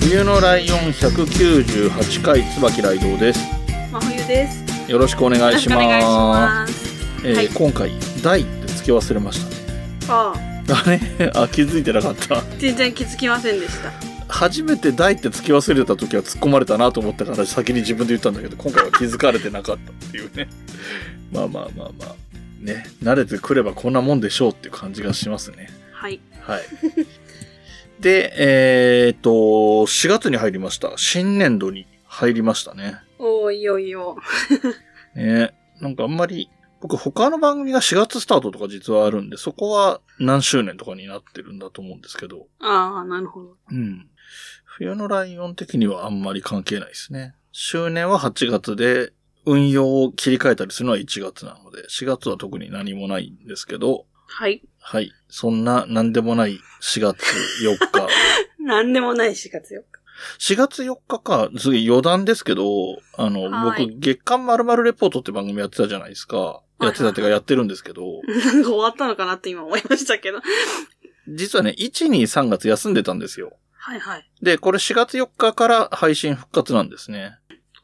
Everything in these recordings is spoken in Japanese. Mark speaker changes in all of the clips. Speaker 1: 冬のライオン198回椿ライドウです
Speaker 2: 真冬です。
Speaker 1: よろしくお願いします
Speaker 3: よろしくお願いします
Speaker 1: えー
Speaker 3: はい
Speaker 1: 今回「大」って付け忘れましたね
Speaker 2: あ
Speaker 1: あれ あ気づいてなかった
Speaker 2: あ、全然気づきませんでした。
Speaker 1: 初めて「大」って付け忘れた時は突っ込まれたなと思ったから先に自分で言ったんだけど今回は気づかれてなかったっていうね まあまあまあまあね慣れてくればこんなもんでしょうっていう感じがしますね
Speaker 2: はい。
Speaker 1: はい。で、えーっと、4月に入りました。新年度に入りましたね。
Speaker 2: おーいよいよ。
Speaker 1: ねなんかあんまり、僕他の番組が4月スタートとか実はあるんで、そこは何周年とかになってるんだと思うんですけど、
Speaker 2: ああ、なるほど。
Speaker 1: うん。冬のライオン的にはあんまり関係ないですね。周年は8月で、運用を切り替えたりするのは1月なので、4月は特に何もないんですけど、
Speaker 2: はい。
Speaker 1: はい。そんな何でもない4月4日。
Speaker 2: なんでもない4月よ。
Speaker 1: 4月4日か、次余談ですけど、あの、
Speaker 2: はい
Speaker 1: 僕、月刊まるまるレポートって番組やってたじゃないですか。
Speaker 2: いはい
Speaker 1: やってたっていうかやってるんですけど、
Speaker 2: なんか終わったのかなって今思いましたけど。
Speaker 1: 実はね、1、2、3月休んでたんですよ。
Speaker 2: はいはい。
Speaker 1: で、これ4月4日から配信復活なんですね。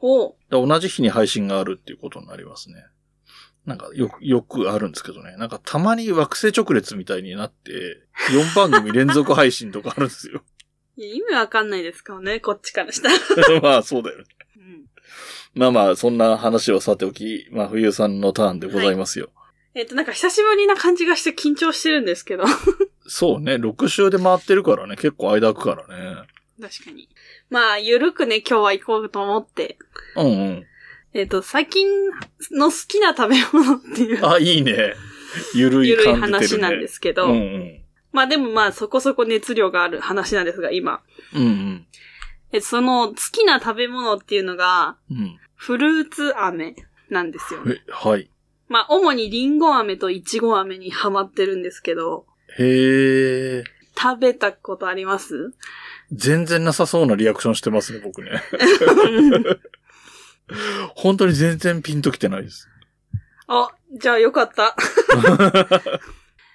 Speaker 2: おー
Speaker 1: だから同じ日に配信があるっていうことになりますね。なんか、よく、よくあるんですけどね。なんか、たまに惑星直列みたいになって、4番組連続配信とかあるんですよ。
Speaker 2: いや意味わかんないですからね、こっちからしたら。
Speaker 1: まあ、そうだよね。
Speaker 2: うん
Speaker 1: まあまあ、そんな話はさておき、まあ、冬さんのターンでございますよ。
Speaker 2: えっ、と、なんか久しぶりな感じがして緊張してるんですけど。確
Speaker 1: そうね、6週で回ってるからね、結構間空くからね。
Speaker 2: かに。まあ、ゆるくね、今日は行こうと思って。
Speaker 1: うんうん。
Speaker 2: えっ、と、最近の好きな食べ物っていう、
Speaker 1: あ、いい ね。ゆるい
Speaker 2: ゆるい
Speaker 1: 感じて
Speaker 2: 話
Speaker 1: るね。
Speaker 2: なんですけど。
Speaker 1: うんうん。
Speaker 2: まあでもまあ、そこそこ熱量がある話なんですが、今。
Speaker 1: うん
Speaker 2: え、その、好きな食べ物っていうのが、
Speaker 1: うん。うん。
Speaker 2: フルーツ飴なんですよ。
Speaker 1: え、はい。
Speaker 2: まあ、主にリンゴ飴とイチゴ飴にハマってるんですけど、
Speaker 1: へえ。
Speaker 2: 食べたことあります
Speaker 1: 全然なさそうなリアクションしてますね、僕ね。 本当に全然ピンときてないです。
Speaker 2: あ、じゃあよかった。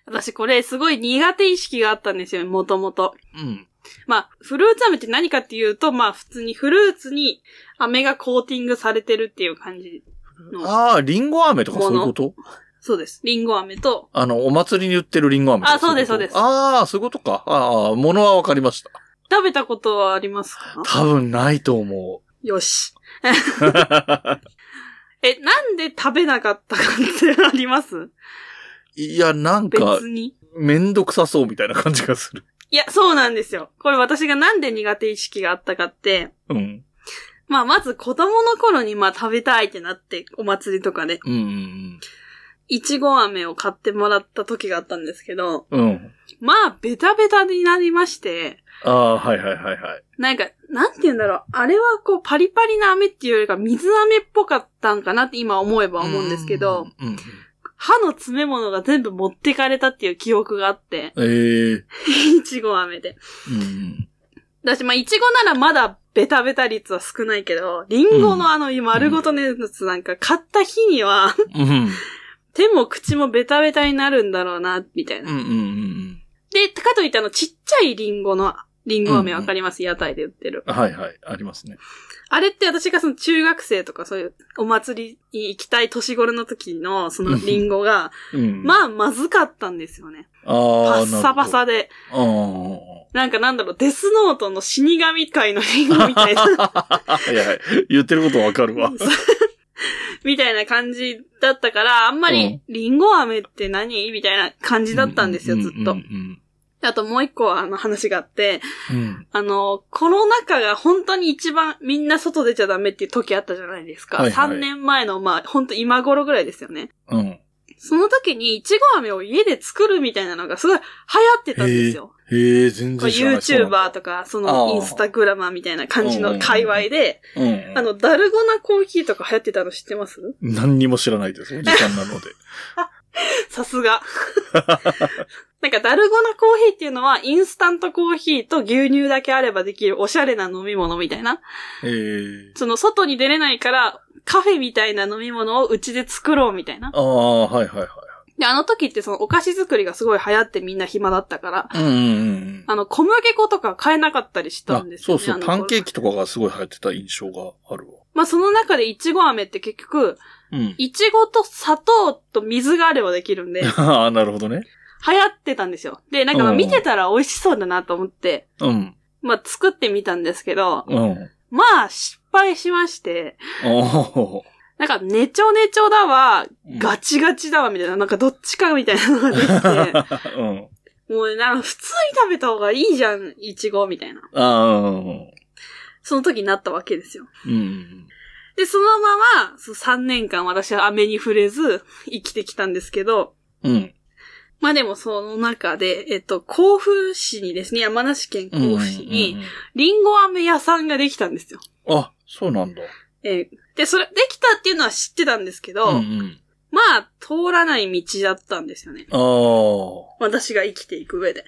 Speaker 2: 私これすごい苦手意識があったんですよ、もともと。
Speaker 1: うん。
Speaker 2: まあ、フルーツ飴って何かっていうと、まあ普通にフルーツに飴がコーティングされてるっていう感じの。
Speaker 1: ああ、リンゴ飴とかそういうこと
Speaker 2: そうです。リンゴ�ሜと、
Speaker 1: あの、お祭りに売ってるリンゴ飴とか
Speaker 2: あそうです
Speaker 1: いこと
Speaker 2: そう
Speaker 1: ああ、そういうことか。ああ、ものはわかりました。
Speaker 2: 食べたことはありますか
Speaker 1: 多分ないと思う。
Speaker 2: よし。え、なんで食べなかったかってあります
Speaker 1: いや、なんか、
Speaker 2: 別に。
Speaker 1: めんどくさそうみたいな感じがする。
Speaker 2: いや、そうなんですよ。これ私がなんで苦手意識があったかって、
Speaker 1: うん。
Speaker 2: まあまず子供の頃にまあ食べたいってなって、お祭りとかで、
Speaker 1: うんうん
Speaker 2: いちご飴を買ってもらった時があったんですけど、
Speaker 1: うん。うん。
Speaker 2: まあベタベタになりまして、
Speaker 1: ああ、はいはいはいはい。
Speaker 2: なんか、なんて言うんだろう。あれはこうパリパリな飴っていうよりか水飴っぽかったんかなって今思えば思うんですけど、
Speaker 1: うんうん。
Speaker 2: 歯の詰め物が全部持ってかれたっていう記憶があ って、
Speaker 1: ええ
Speaker 2: いちご飴で。
Speaker 1: うん
Speaker 2: だし、まあ、いちごならまだベタベタ率は少ないけど、リンゴのあの丸ごとのやつなんか買った日に は、
Speaker 1: うん。うん。
Speaker 2: 手も口もベタベタになるんだろうな、みたいな。
Speaker 1: うんうんうん
Speaker 2: で、かといってあのちっちゃいリンゴの、リンゴ飴わかります、屋台で売ってる。
Speaker 1: うん。はいはい。ありますね。
Speaker 2: あれって私がその中学生とかそういうお祭りに行きたい年頃の時のそのリンゴが、
Speaker 1: うん。
Speaker 2: まあまずかったんですよね。
Speaker 1: あー、
Speaker 2: パッサパサで。
Speaker 1: なるほ
Speaker 2: なんかなんだろう、デスノートの死神界のリンゴみたい な。
Speaker 1: ど。ああ。はいはい。言ってることわかるわ。
Speaker 2: みたいな感じだったから、あんまり、リンゴ飴って何みたいな感じだったんですよ、ずっ
Speaker 1: う
Speaker 2: と
Speaker 1: ん。うん
Speaker 2: あともう一個あの話があって、
Speaker 1: うんうん。
Speaker 2: あの、コロナ禍が本当に一番みんな外出ちゃダメっていう時あったじゃないですか。
Speaker 1: はいはい
Speaker 2: 3年前の、まあ、本当今頃ぐらいですよね。
Speaker 1: うん。
Speaker 2: その時に、いちご飴を家で作るみたいなのがすごい流行ってたんですよ。
Speaker 1: へへえ、全
Speaker 2: こう
Speaker 1: 然知らない。
Speaker 2: YouTuber とか、そ
Speaker 1: あー
Speaker 2: のインスタグラマーみたいな感じの界隈で、
Speaker 1: そうなんだ。うん。
Speaker 2: あの、ダルゴナコーヒーとか流行ってたの知って ます
Speaker 1: 何にも知らないで す。おじさんなので。
Speaker 2: さすが。 なんか、ダルゴナコーヒーっていうのは、インスタントコーヒーと牛乳だけあればできるおしゃれな飲み物みたいな。
Speaker 1: へえ。
Speaker 2: その、外に出れないから、カフェみたいな飲み物をうちで作ろうみたいな。
Speaker 1: ああ、はいはいは
Speaker 2: で、あの時ってそのお菓子作りがすごい流行ってみんな暇だったから、
Speaker 1: い。うんうんうん。
Speaker 2: あの、小麦粉とか買えなかったりしたんです
Speaker 1: そ
Speaker 2: よ、
Speaker 1: う
Speaker 2: ね。
Speaker 1: そ
Speaker 2: あ
Speaker 1: う、
Speaker 2: の
Speaker 1: パ
Speaker 2: 頃
Speaker 1: ンケーキとかがすごい流行ってた印象があるわ。
Speaker 2: まあ、その中でいちご飴って結局、
Speaker 1: うん。
Speaker 2: いちごと砂糖と水があればできるん で、流
Speaker 1: ああ、なるほどね。
Speaker 2: 行ってたんですよ。で、なんかまあ
Speaker 1: うん
Speaker 2: 見てたら美味しそうだなと思って、
Speaker 1: うん。
Speaker 2: まあ、作ってみたんですけど、
Speaker 1: うん。
Speaker 2: まあ、失敗しまして、
Speaker 1: お
Speaker 2: なんか、ねちょねちょだわ、
Speaker 1: ー
Speaker 2: ガチガチだわ、みたいな、なんかどっちかみたいなのができ て、
Speaker 1: うん。
Speaker 2: もうなんか普通に食べた方がいいじゃん、いちご、みたいな。
Speaker 1: ああ、うん。
Speaker 2: その時になったわけですよ。
Speaker 1: うん。
Speaker 2: で、そのまま、そう3年間私は飴に触れず生きてきたんですけど、
Speaker 1: うん。
Speaker 2: まあでもその中で、えっと、甲府市にですね、山梨県甲府市
Speaker 1: うん
Speaker 2: に、
Speaker 1: うんうん
Speaker 2: りんご飴屋さんができたんですよ。
Speaker 1: あ、そうなんだ。
Speaker 2: えーで、それ、できたっていうのは知ってたんですけど、
Speaker 1: うんうん。
Speaker 2: まあ、通らない道だったんですよね。
Speaker 1: ああ。
Speaker 2: 私が生きていく上で。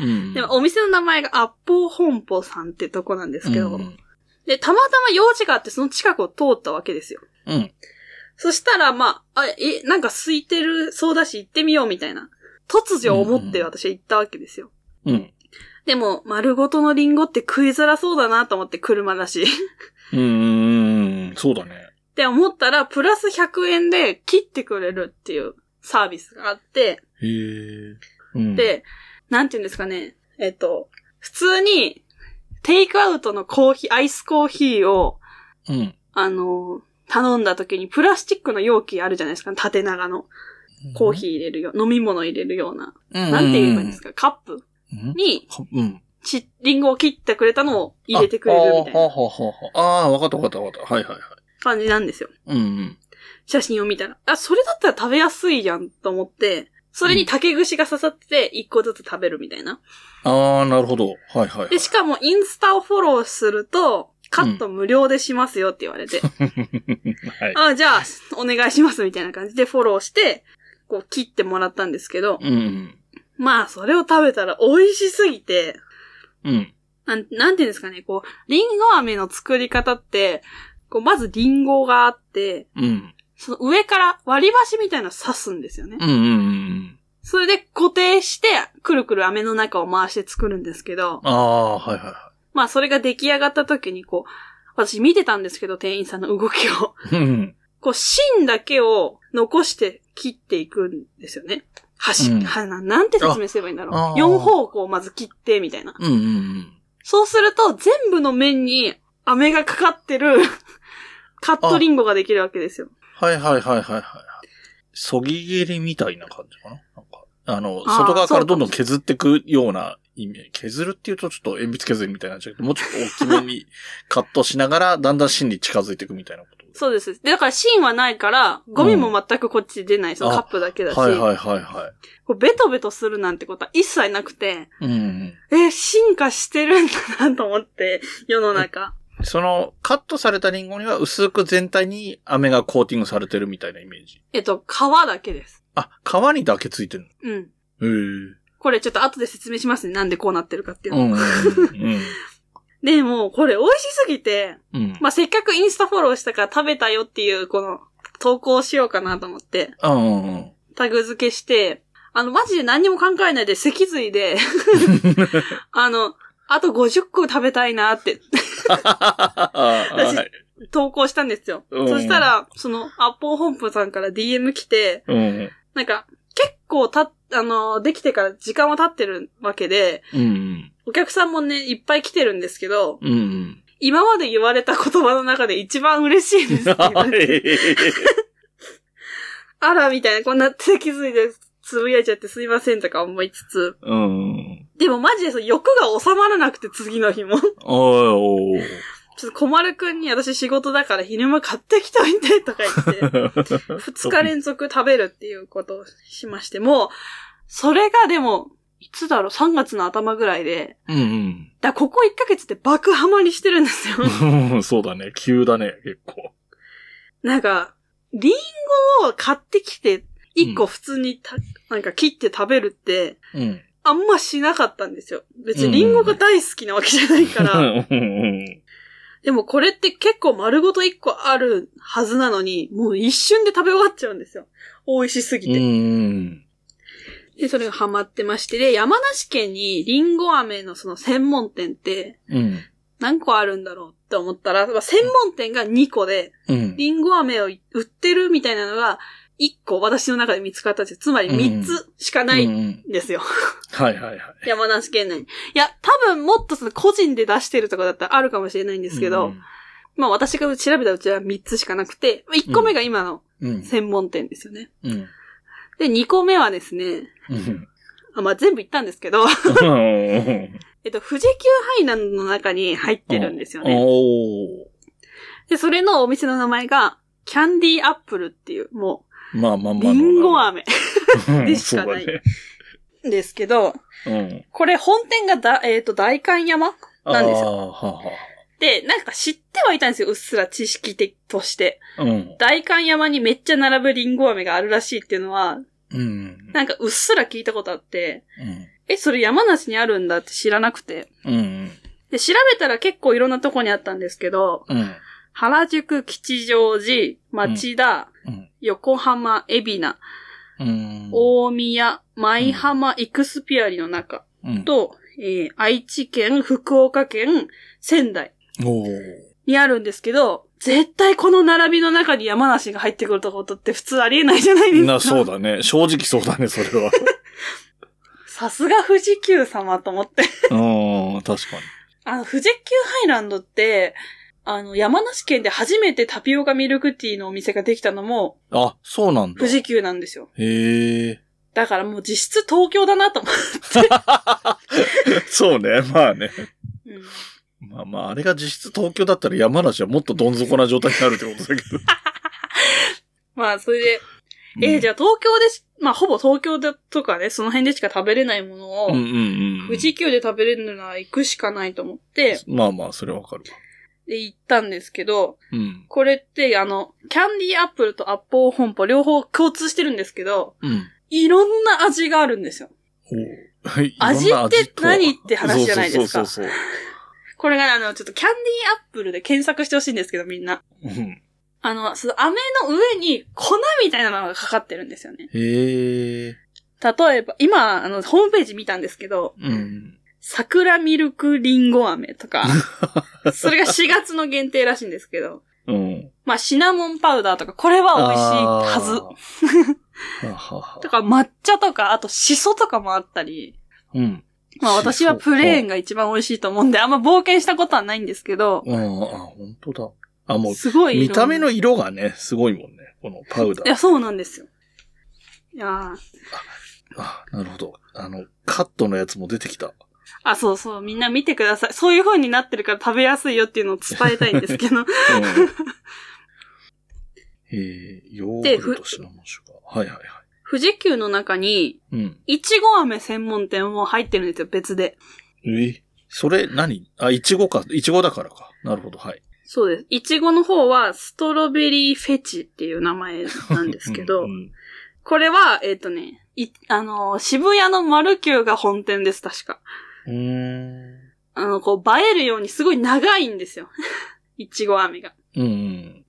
Speaker 1: うん。
Speaker 2: でも、お店の名前がアッポー本舗さんってとこなんですけど、
Speaker 1: うん。
Speaker 2: で、たまたま用事があってその近くを通ったわけですよ。
Speaker 1: うん。
Speaker 2: そしたら、まあ、あ、え、なんか空いてるそうだし行ってみようみたいな。突如思っ
Speaker 1: うんう
Speaker 2: て
Speaker 1: ん
Speaker 2: 私は行ったわけですよ。
Speaker 1: うん。
Speaker 2: でも、丸ごとのリンゴって食いづらそうだなと思って車だし。っ
Speaker 1: うんうんうん。そうだね。
Speaker 2: て思ったら、プラス100円で切ってくれるっていうサービスがあって、
Speaker 1: へえ。うん、
Speaker 2: で、なんていうんですかね。えっと、普通に、テイクアウトのコーヒー、アイスコーヒーを、
Speaker 1: うん。
Speaker 2: あの、頼んだ時にプラスチックの容器あるじゃないですか。縦長の。コーヒー入れるよ、飲み物入れるような。
Speaker 1: ー
Speaker 2: なんて言えばいいんですか、カップ
Speaker 1: うん
Speaker 2: に、
Speaker 1: うん。
Speaker 2: ち、リンゴを切ってくれたのを入れてくれるみたい
Speaker 1: あは
Speaker 2: な
Speaker 1: はははあー、わかったわかったわかった。はいはいはい。
Speaker 2: 感じなんですよ。
Speaker 1: うんうん。
Speaker 2: 写真を見たら。あ、それだったら食べやすいじゃんと思って、それに竹串が刺さってて、一個ずつ食べるみたいな。
Speaker 1: ああ、なるほど。はいはい、はい。
Speaker 2: で、しかもインスタをフォローすると、カット無料でしますよって言われて、
Speaker 1: はい。
Speaker 2: あ、じゃあ、お願いしますみたいな感じでフォローして、こう切ってもらったんですけど、
Speaker 1: うん
Speaker 2: まあ、それを食べたら美味しすぎて、
Speaker 1: うん。うん。
Speaker 2: なん、なんていうんですかね、こう、リンゴ飴の作り方って、こう、まずリンゴがあって、
Speaker 1: うん。
Speaker 2: その上から割り箸みたいなの刺すんですよね
Speaker 1: う。んうんうん。
Speaker 2: それで固定して、くるくる飴の中を回して作るんですけど、
Speaker 1: ああ、はいは
Speaker 2: まあそれが出来上がった時にこう、私見てたんですけど、店員さんの動きを。
Speaker 1: いはい。うん。
Speaker 2: こう、芯だけを残して切っていくんですよね。箸、
Speaker 1: うん
Speaker 2: はななんて説明すればいいんだ
Speaker 1: あ
Speaker 2: ろ
Speaker 1: あ
Speaker 2: う。
Speaker 1: ー
Speaker 2: 4方向をまず切って、みたいな。
Speaker 1: うんうんうん。
Speaker 2: そうすると、全部の面に飴がかかって るカットリンゴができるわけですよ。
Speaker 1: はいはいはいはいはい。そぎ切りみたいな感じかななんか、あの、
Speaker 2: あー
Speaker 1: 外側からどんどん削っていくような意味。削るっていうとちょっと鉛筆削りみたいになっちゃうけど、もうちょっと大きめにカットしながら、だんだん芯に近づいていくみたいなこと。
Speaker 2: そうです。で、だから芯はないから、ゴミも全くこっち出ない、そのカップだけだし、
Speaker 1: はいはいはいは
Speaker 2: こうベトベトするなんてことは一切なくて、
Speaker 1: い。うんうん。
Speaker 2: え、進化してるんだなと思って、世の中。
Speaker 1: その、カットされたリンゴには薄く全体に飴がコーティングされてるみたいなイメージ。
Speaker 2: えっと、皮だけです。
Speaker 1: あ、皮にだけついてる
Speaker 2: うん。
Speaker 1: の。へ
Speaker 2: これちょっと後で説明しますね。なんでこうなってるかってい
Speaker 1: え。
Speaker 2: うの。
Speaker 1: うんうんうん。
Speaker 2: でも、これ美味しすぎて、
Speaker 1: うん。
Speaker 2: まあ、せっかくインスタフォローしたから食べたよっていう、この、投稿をしようかなと思って、
Speaker 1: あ、うんうん。
Speaker 2: タグ付けして、あの、マジで何にも考えないで、脊髄で、 あの、あと50個食べたいなって
Speaker 1: 私
Speaker 2: 私投稿したんですよ。
Speaker 1: うん
Speaker 2: そしたら、その、アッポー本舗さんから DM 来て、
Speaker 1: うん。
Speaker 2: なんか、結構たっ、あの、できてから時間は経ってるわけで、
Speaker 1: うん。
Speaker 2: お客さんもね、いっぱい来てるんですけど、
Speaker 1: うんうん。
Speaker 2: 今まで言われた言葉の中で一番嬉しいですって 言われて、あら、みたいな、こんな脊髄でつぶやいちゃってすいませんとか思いつつ、
Speaker 1: うん。
Speaker 2: でもマジでその欲が収まらなくて次の日も。ちょ
Speaker 1: お
Speaker 2: っ
Speaker 1: ー
Speaker 2: と小丸くんに私仕事だから昼間買ってきといてとか言 って、
Speaker 1: おー。
Speaker 2: 二日連続食べるっていうことをしまして、もう、それがでも、いつだろう、3月の頭ぐらいで、
Speaker 1: うん
Speaker 2: だからここ1ヶ月で爆ハマりしてるんですよ。
Speaker 1: うん。そうだね。急だね、結構。
Speaker 2: なんか、リンゴを買ってきて、1個普通にた、なんか切って食べるって、
Speaker 1: うん。
Speaker 2: あんましなかったんですよ。別にリンゴが大好きなわけじゃない から。
Speaker 1: うんうん
Speaker 2: でもこれって結構丸ごと1個あるはずなのに、もう一瞬で食べ終わっちゃうんですよ。美味しすぎ
Speaker 1: うん。う
Speaker 2: て。
Speaker 1: ん
Speaker 2: で、それがハマってまして、で、山梨県にリンゴ飴のその専門店って
Speaker 1: うん。
Speaker 2: 何個あるんだろうって思ったら、まあ専門店が2個で、
Speaker 1: うん。
Speaker 2: リンゴ飴を売ってるみたいなのが1個私の中で見つかったんですよ。つまり3つしかない
Speaker 1: うんん。
Speaker 2: ですよ。
Speaker 1: はいはいはい。
Speaker 2: 山梨県内に。いや、多分もっとその個人で出してるとかだったらあるかもしれないんですけど、まあ私が調べたうちは3つしかなくて、1個目が今の
Speaker 1: うん。うん。
Speaker 2: 専門店ですよね。
Speaker 1: うん。
Speaker 2: で、2個目はですね、
Speaker 1: うん。
Speaker 2: あまあ全部言ったんですけど、
Speaker 1: うん
Speaker 2: えっと、富士急ハイランドの中に入ってるんですよね。
Speaker 1: おー。
Speaker 2: で、それのお店の名前が、キャンディーアップルっていう、も
Speaker 1: まあまあ
Speaker 2: う、
Speaker 1: まあ。
Speaker 2: リンゴ飴
Speaker 1: で
Speaker 2: でしかないですけど、
Speaker 1: うん。
Speaker 2: これ本店がだ、えっ、と、大観山なんですよ
Speaker 1: あーはあは
Speaker 2: で、なんか知ってはいたんですよ、うっすら知識的として。
Speaker 1: あうん。
Speaker 2: 大観山にめっちゃ並ぶリンゴ飴があるらしいっていうのは、
Speaker 1: うん。
Speaker 2: なんかうっすら聞いたことあって、え、それ山梨にあるんだって知らなくて。
Speaker 1: うん。うん。
Speaker 2: で、調べたら結構いろんなとこにあったんですけど、
Speaker 1: うん。
Speaker 2: 原宿、吉祥寺、町田、
Speaker 1: うん
Speaker 2: 横浜、海老名、
Speaker 1: うん。
Speaker 2: 大宮、舞浜、イクスピアリの中
Speaker 1: うん、
Speaker 2: と、えー愛知県、福岡県、仙台
Speaker 1: おー
Speaker 2: にあるんですけど、絶対この並びの中に山梨が入ってくるとことって普通ありえないじゃないですか。
Speaker 1: な、そうだ ね。正直そうだね、それは。
Speaker 2: さすが富士急様と思って。
Speaker 1: うん、確か
Speaker 2: あの、富士急ハイランドって、あの、山梨県で初めてタピオカミルクティーのお店ができたのも
Speaker 1: に。あ、そうなんだ。
Speaker 2: 富士急なんですよ。
Speaker 1: へえ。
Speaker 2: だからもう実質東京だなと思
Speaker 1: そうね、まあね。
Speaker 2: う。うん
Speaker 1: まあまあ、あれが実質東京だったら山梨はもっとどん底な状態になるってことだけど。
Speaker 2: まあ、それで、 えーじ
Speaker 1: ゃ
Speaker 2: ゃあ東京でし、まあ、ほぼ東京だとかね、その辺でしか食べれないもの
Speaker 1: う
Speaker 2: を、
Speaker 1: んうんうん。
Speaker 2: 富士急で食べれるなら行くしかないと思って、
Speaker 1: まあまあ、それはわかるわ。
Speaker 2: で、行ったんですけど、
Speaker 1: うん。
Speaker 2: これって、あの、キャンディーアップルとアッポー本舗両方共通してるんですけど、
Speaker 1: うん。
Speaker 2: いろんな味があるんですよ。
Speaker 1: おーいろんな
Speaker 2: 味って
Speaker 1: とは
Speaker 2: 何って話じゃないですか
Speaker 1: そうそうそう
Speaker 2: これがね、あの、ちょっとキャンディーアップルで検索してほしいんですけど、みんな。
Speaker 1: そう。うん。
Speaker 2: あの、その飴の上に粉みたいなのがかかってるんですよね。
Speaker 1: へえ。
Speaker 2: 例えば、今、あの、ホームページ見たんですけど、
Speaker 1: うん。
Speaker 2: 桜ミルクリンゴ飴と か、それが4月の限定らしいんですけど、
Speaker 1: うん。
Speaker 2: まあ、シナモンパウダーとか、これは美味しいはず。
Speaker 1: あー。ははは
Speaker 2: とか、抹茶とか、あと、シソとかもあったり、
Speaker 1: うん。
Speaker 2: まあ、私はプレーン
Speaker 1: が。
Speaker 2: が一番美味しいと思うんで、あんま冒険したことはないんですけど、
Speaker 1: うん、あ、本当だ。あ、もう
Speaker 2: すごい色々
Speaker 1: 見た目の色がね、すごいもんね。このパウダ
Speaker 2: い
Speaker 1: ー
Speaker 2: や、。そうなんですよ。いやー
Speaker 1: あ、なるほど。あの、カットのやつも出て きた。
Speaker 2: あ、そうそう、みんな見てください。そういう風になってるから食べやすいよっていうのを伝えたいんですけ ど。
Speaker 1: うん、えー、ヨーグルトシナモンシュガー。はいはいはい。
Speaker 2: 富士急の中に、
Speaker 1: うん。
Speaker 2: いちご飴専門店も入ってるんですよ、別で。
Speaker 1: えそれ何あ、いちごか。いちごだからか。なるほど、はい。
Speaker 2: そうです。いちごの方は、ストロベリーフェチっていう名前なんですけど、
Speaker 1: うんうん
Speaker 2: これは、えっ、とね、い、あのー渋谷のマルキューが本店です、確か。
Speaker 1: うーん。
Speaker 2: あの、こう、映えるようにすごい長いんですよ。 いちご飴が。
Speaker 1: う んうん。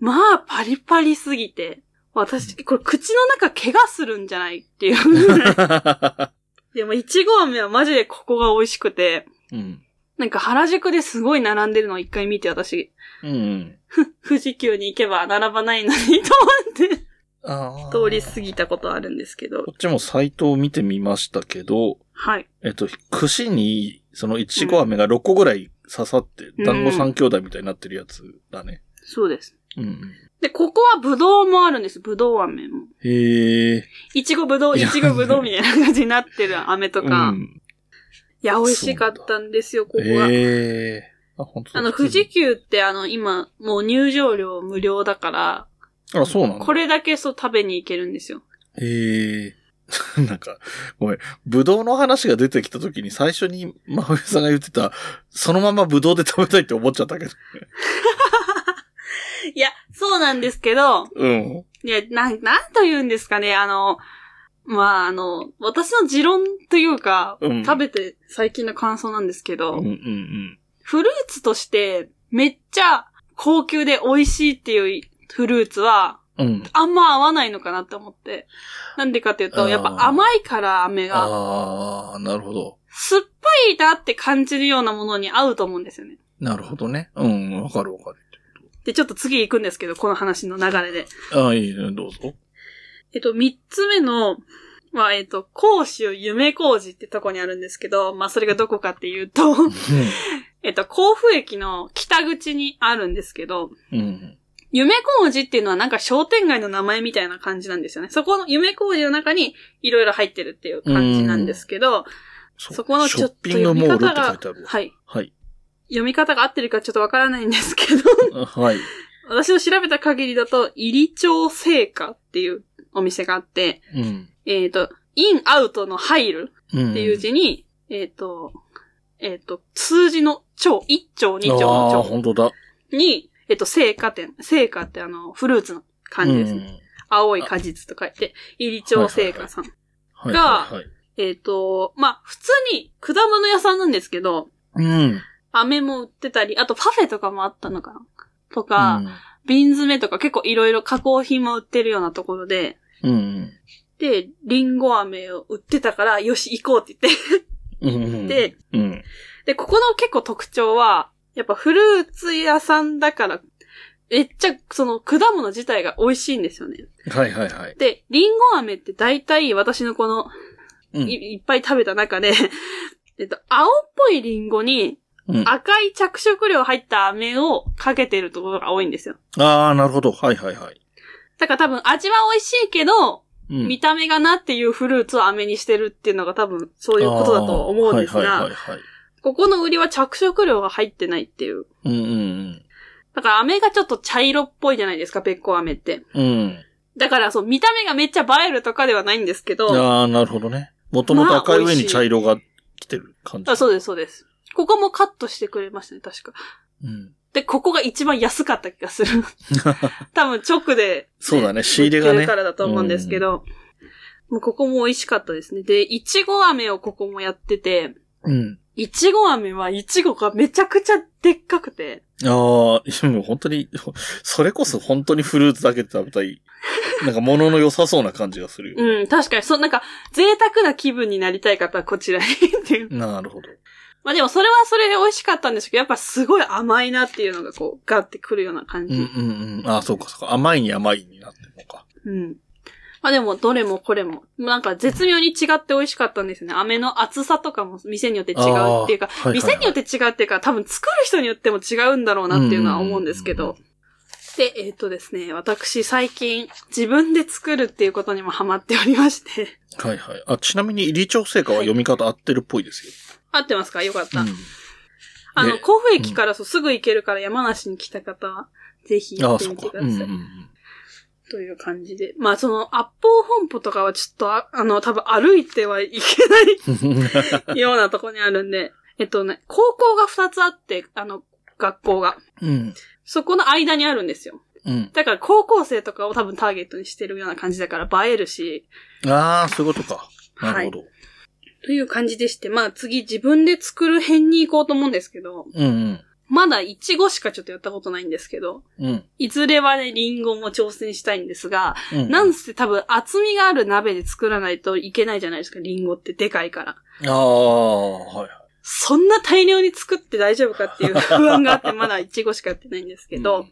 Speaker 2: まあ、パリパリすぎて、私、これ口の中怪我するんじゃないっていう ぐらい。でも、いちご飴はマジでここが美味しくて、
Speaker 1: うん。
Speaker 2: なんか原宿ですごい並んでるのを一回見て私、
Speaker 1: うんうん。
Speaker 2: 富士急に行けば並ばないのにと思って
Speaker 1: あー
Speaker 2: 通り過ぎたことあるんですけど
Speaker 1: こ。っちもサイトを見てみましたけど、
Speaker 2: はい。
Speaker 1: えっと、串に、そのいちご飴が6個ぐらい刺さって、
Speaker 2: うん
Speaker 1: 団子三兄弟みたいになってるやつだね。
Speaker 2: そうです。
Speaker 1: うん。
Speaker 2: で、ここはブドウもあるんです。ブドウ飴も。
Speaker 1: へえ。
Speaker 2: いちごブドウ、
Speaker 1: い
Speaker 2: い
Speaker 1: や
Speaker 2: ちごブドウみたいな感じになってる飴とか。
Speaker 1: うん
Speaker 2: いや、美味しかったんですよ、ここは。
Speaker 1: へえ。あ、本当だ
Speaker 2: あの、富士急ってあの、今、もう入場料無料だから、
Speaker 1: あ、そうなんだ。
Speaker 2: これだけそう食べに行けるんですよ。
Speaker 1: へえ。 なんか、ごめん。ぶどうの話が出てきた時に最初に真冬さんが言ってた、そのままぶどうで食べたいって思っち ゃったけど。
Speaker 2: いや、そうなんですけど、
Speaker 1: うん。
Speaker 2: いや、なん、なんと言うんですかね、あの、まあ、あの、私の持論というか、
Speaker 1: うん
Speaker 2: 食べて最近の感想なんですけど、
Speaker 1: うんうんうん。
Speaker 2: フルーツとしてめっちゃ高級で美味しいっていうフルーツは、
Speaker 1: うん。
Speaker 2: あんま合わないのかなって思って。なんでかっていう
Speaker 1: あ
Speaker 2: と、
Speaker 1: ー
Speaker 2: やっぱ甘いから飴が、
Speaker 1: ああ、なるほど。
Speaker 2: 酸っぱいなって感じるようなものに合うと思うんですよね。
Speaker 1: なるほどね。うん、わかるわか
Speaker 2: で、ちょっと次行くんですけど、この話の流れで。
Speaker 1: る。ああ、いいね、どうぞ。
Speaker 2: えっと、三つ目の、まあ、えっと、甲州夢工事ってとこにあるんですけど、まあ、それがどこかっていうと、 えっと、甲府駅の北口にあるんですけど、
Speaker 1: うん。うん。
Speaker 2: 夢工事っていうのはなんか商店街の名前みたいな感じなんですよね。そこの夢工事の中にいろいろ入ってるっていう感じなんですけど、
Speaker 1: そ
Speaker 2: そこの
Speaker 1: シ
Speaker 2: ち
Speaker 1: ョ
Speaker 2: ょ
Speaker 1: ッ
Speaker 2: っと
Speaker 1: ピン
Speaker 2: 読
Speaker 1: グ
Speaker 2: み
Speaker 1: モ
Speaker 2: 方
Speaker 1: ールって書
Speaker 2: が
Speaker 1: いてある、わ。
Speaker 2: はい。
Speaker 1: はい。
Speaker 2: 読み方が合ってるかちょっとわからないんですけど、
Speaker 1: あはい。
Speaker 2: 私の調べた限りだと、入り町製菓っていうお店があって、
Speaker 1: うん。
Speaker 2: えっ、と、インアウトの入る
Speaker 1: うん。
Speaker 2: っていう字に、えっ、と、えっ、と、数字の町、一丁二丁
Speaker 1: ああ、
Speaker 2: の
Speaker 1: 本当だ。
Speaker 2: 丁に、えっ、と、成果店。成果ってあの、フルーツの感じですね。
Speaker 1: うん
Speaker 2: 青い果実と書いて、入り町成果さん。
Speaker 1: はい
Speaker 2: が
Speaker 1: はいはい。
Speaker 2: えっ、と、まあ、普通に果物屋さんなんですけど、
Speaker 1: うん。
Speaker 2: 飴も売ってたり、あとパフェとかもあったのかなとか、瓶詰めとか結構いろいろ加工品も売ってるようなところで、
Speaker 1: うん。うん。
Speaker 2: で、リンゴ飴を売ってたから、よし、行こうって言って。
Speaker 1: うん、
Speaker 2: で、
Speaker 1: うん。
Speaker 2: で、ここの結構特徴は、やっぱフルーツ屋さんだから、めっちゃ、その果物自体が美味しいんですよね。
Speaker 1: はいはいはい。
Speaker 2: で、リンゴ飴って大体私のこの、
Speaker 1: うん
Speaker 2: いいっぱい食べた中で、 えっと、青っぽいリンゴに
Speaker 1: うん、あ
Speaker 2: 赤い着色料入った飴をかけてるところが多いんですよ。
Speaker 1: あー、なるほど。はいはいはい。
Speaker 2: だから多分味は美味しいけど、
Speaker 1: うん
Speaker 2: 見た目がなっていうフルーツを飴にしてるっていうのが多分そういうことだと思うんですが、
Speaker 1: あーはいはいはいはい。
Speaker 2: ここの売りは着色料が入ってないっていう。
Speaker 1: うんうん
Speaker 2: だから飴がちょっと茶色っぽいじゃないですか、べっこう飴って。
Speaker 1: うん。うん。
Speaker 2: だからそう、見た目がめっちゃ映えるとかではないんですけど、だか
Speaker 1: ああ、なるほどね。もともと赤い上に茶色が来てる感じ。
Speaker 2: らそうです、そうです。ここもカットしてくれましたね、確か。
Speaker 1: うん。
Speaker 2: で、ここが一番安かった気がす る。多分直で
Speaker 1: そうだね。仕入れ
Speaker 2: 売っ
Speaker 1: が
Speaker 2: て
Speaker 1: ね
Speaker 2: るか。らだと思うんですけど、もうここも美味しかったですね。で、いちご飴をここもやってて、
Speaker 1: うん。
Speaker 2: いちご飴はいちごがめちゃくちゃでっかくて、
Speaker 1: ああ、もう本当に、それこそ本当にフルーツだけで食べたい。なんか物の良さそうな感じがするよ。
Speaker 2: うん、確かに、そう、なんか、贅沢な気分になりたい方はこちらにっていう。
Speaker 1: なるほど。
Speaker 2: まあでもそれはそれで美味しかったんですけど、やっぱすごい甘いなっていうのがこう、ガってくるような感
Speaker 1: う
Speaker 2: じ。
Speaker 1: ん
Speaker 2: う。
Speaker 1: うんんうん。ああ、そうかそうか。甘いに甘いになってるのか。
Speaker 2: まあでもどれもこれも、なんか絶妙に違って美味しかったんですよね。飴の厚さとかも店によって違うっていうか
Speaker 1: あー、はいはいはい
Speaker 2: 店によって違うっていうか、多分作る人によっても違うんだろうなっていうのは思うんですけ
Speaker 1: うんうん
Speaker 2: ど。で、えっ、とですね、私最近自分で作るっていうことにもハマっておりまして。
Speaker 1: はいはい。あ、ちなみに、入り調整課は読み方合ってるっぽいですよ。
Speaker 2: 合ってますかよかった。
Speaker 1: うん
Speaker 2: あの、
Speaker 1: で
Speaker 2: 甲府駅からそうすぐ行けるから山梨に来た方は、ぜひ
Speaker 1: あ
Speaker 2: 行
Speaker 1: あ、
Speaker 2: って
Speaker 1: そっ
Speaker 2: み
Speaker 1: か
Speaker 2: て。くだ
Speaker 1: う
Speaker 2: さ
Speaker 1: ん
Speaker 2: い。
Speaker 1: うんうん。
Speaker 2: という感じで。まあ、その、圧方本舗とかはちょっとあ、あの、多分歩いてはいけないようなとこにあるんで、 えっとね、高校が2つあって、あの、学校が。
Speaker 1: うん。
Speaker 2: そこの間にあるんですよ。
Speaker 1: うん。
Speaker 2: だから高校生とかを多分ターゲットにしてるような感じだから映えるし、
Speaker 1: ああ、そういうことか。なるほど。
Speaker 2: という感じでして、まあ次自分で作る編に行こうと思うんですけど、
Speaker 1: うん
Speaker 2: まだイチゴしかちょっとやったことないんですけど、
Speaker 1: うん。うん。
Speaker 2: いずれはね、リンゴも挑戦したいんですが、
Speaker 1: うん。
Speaker 2: なんせ多分厚みがある鍋で作らないといけないじゃないですか、リンゴってでかいから。
Speaker 1: ああ、はい。
Speaker 2: そんな大量に作って大丈夫かっていう 不安があって、まだイチゴしかやってないんですけど、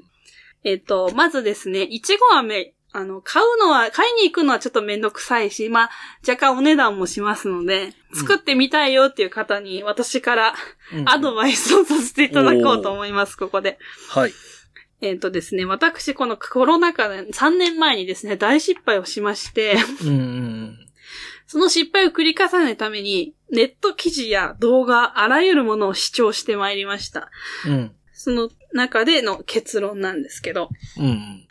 Speaker 2: えっと、まずですね、イチゴ飴、あの、買うのは、買いに行くのはちょっとめんどくさいし、まあ、若干お値段もしますので、
Speaker 1: うん
Speaker 2: 作ってみたいよっていう方に私から
Speaker 1: うん、
Speaker 2: アドバイスをさせていただこうと思います、ここで。
Speaker 1: はい。
Speaker 2: えっ、とですね、私、このコロナ禍で3年前にですね、大失敗をしまして、
Speaker 1: うんうん
Speaker 2: その失敗を繰り返さないために、ネット記事や動画、あらゆるものを視聴してまいりました。
Speaker 1: うん。うん。
Speaker 2: その中での結論なんですけど、
Speaker 1: うん。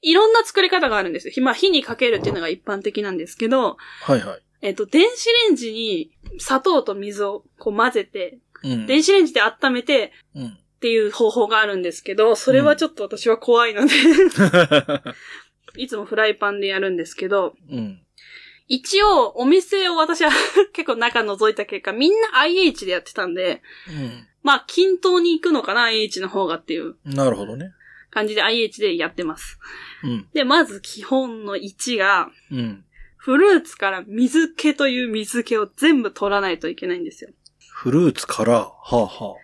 Speaker 2: いろんな作り方があるんですよ。ひまあ、火にかけるっていうのが一般的なんですけど、
Speaker 1: はいはい。
Speaker 2: えっ、と、電子レンジに砂糖と水をこう混ぜて、
Speaker 1: うん。
Speaker 2: 電子レンジで温めて
Speaker 1: うん。
Speaker 2: っていう方法があるんですけど、それはちょっと私は怖いので、いつもフライパンでやるんですけど、
Speaker 1: うん。
Speaker 2: 一応お店を私は 結構中覗いた結果、みんな IH でやってたんで、まあ均等に行くのかな、IH の方がっていう
Speaker 1: うん。なるほどね。
Speaker 2: 感じで IH でやってます。
Speaker 1: うん。
Speaker 2: で、まず基本の1が、
Speaker 1: うん。
Speaker 2: フルーツから水気という水気を全部取らないといけないんですよ。
Speaker 1: フルーツから、はあは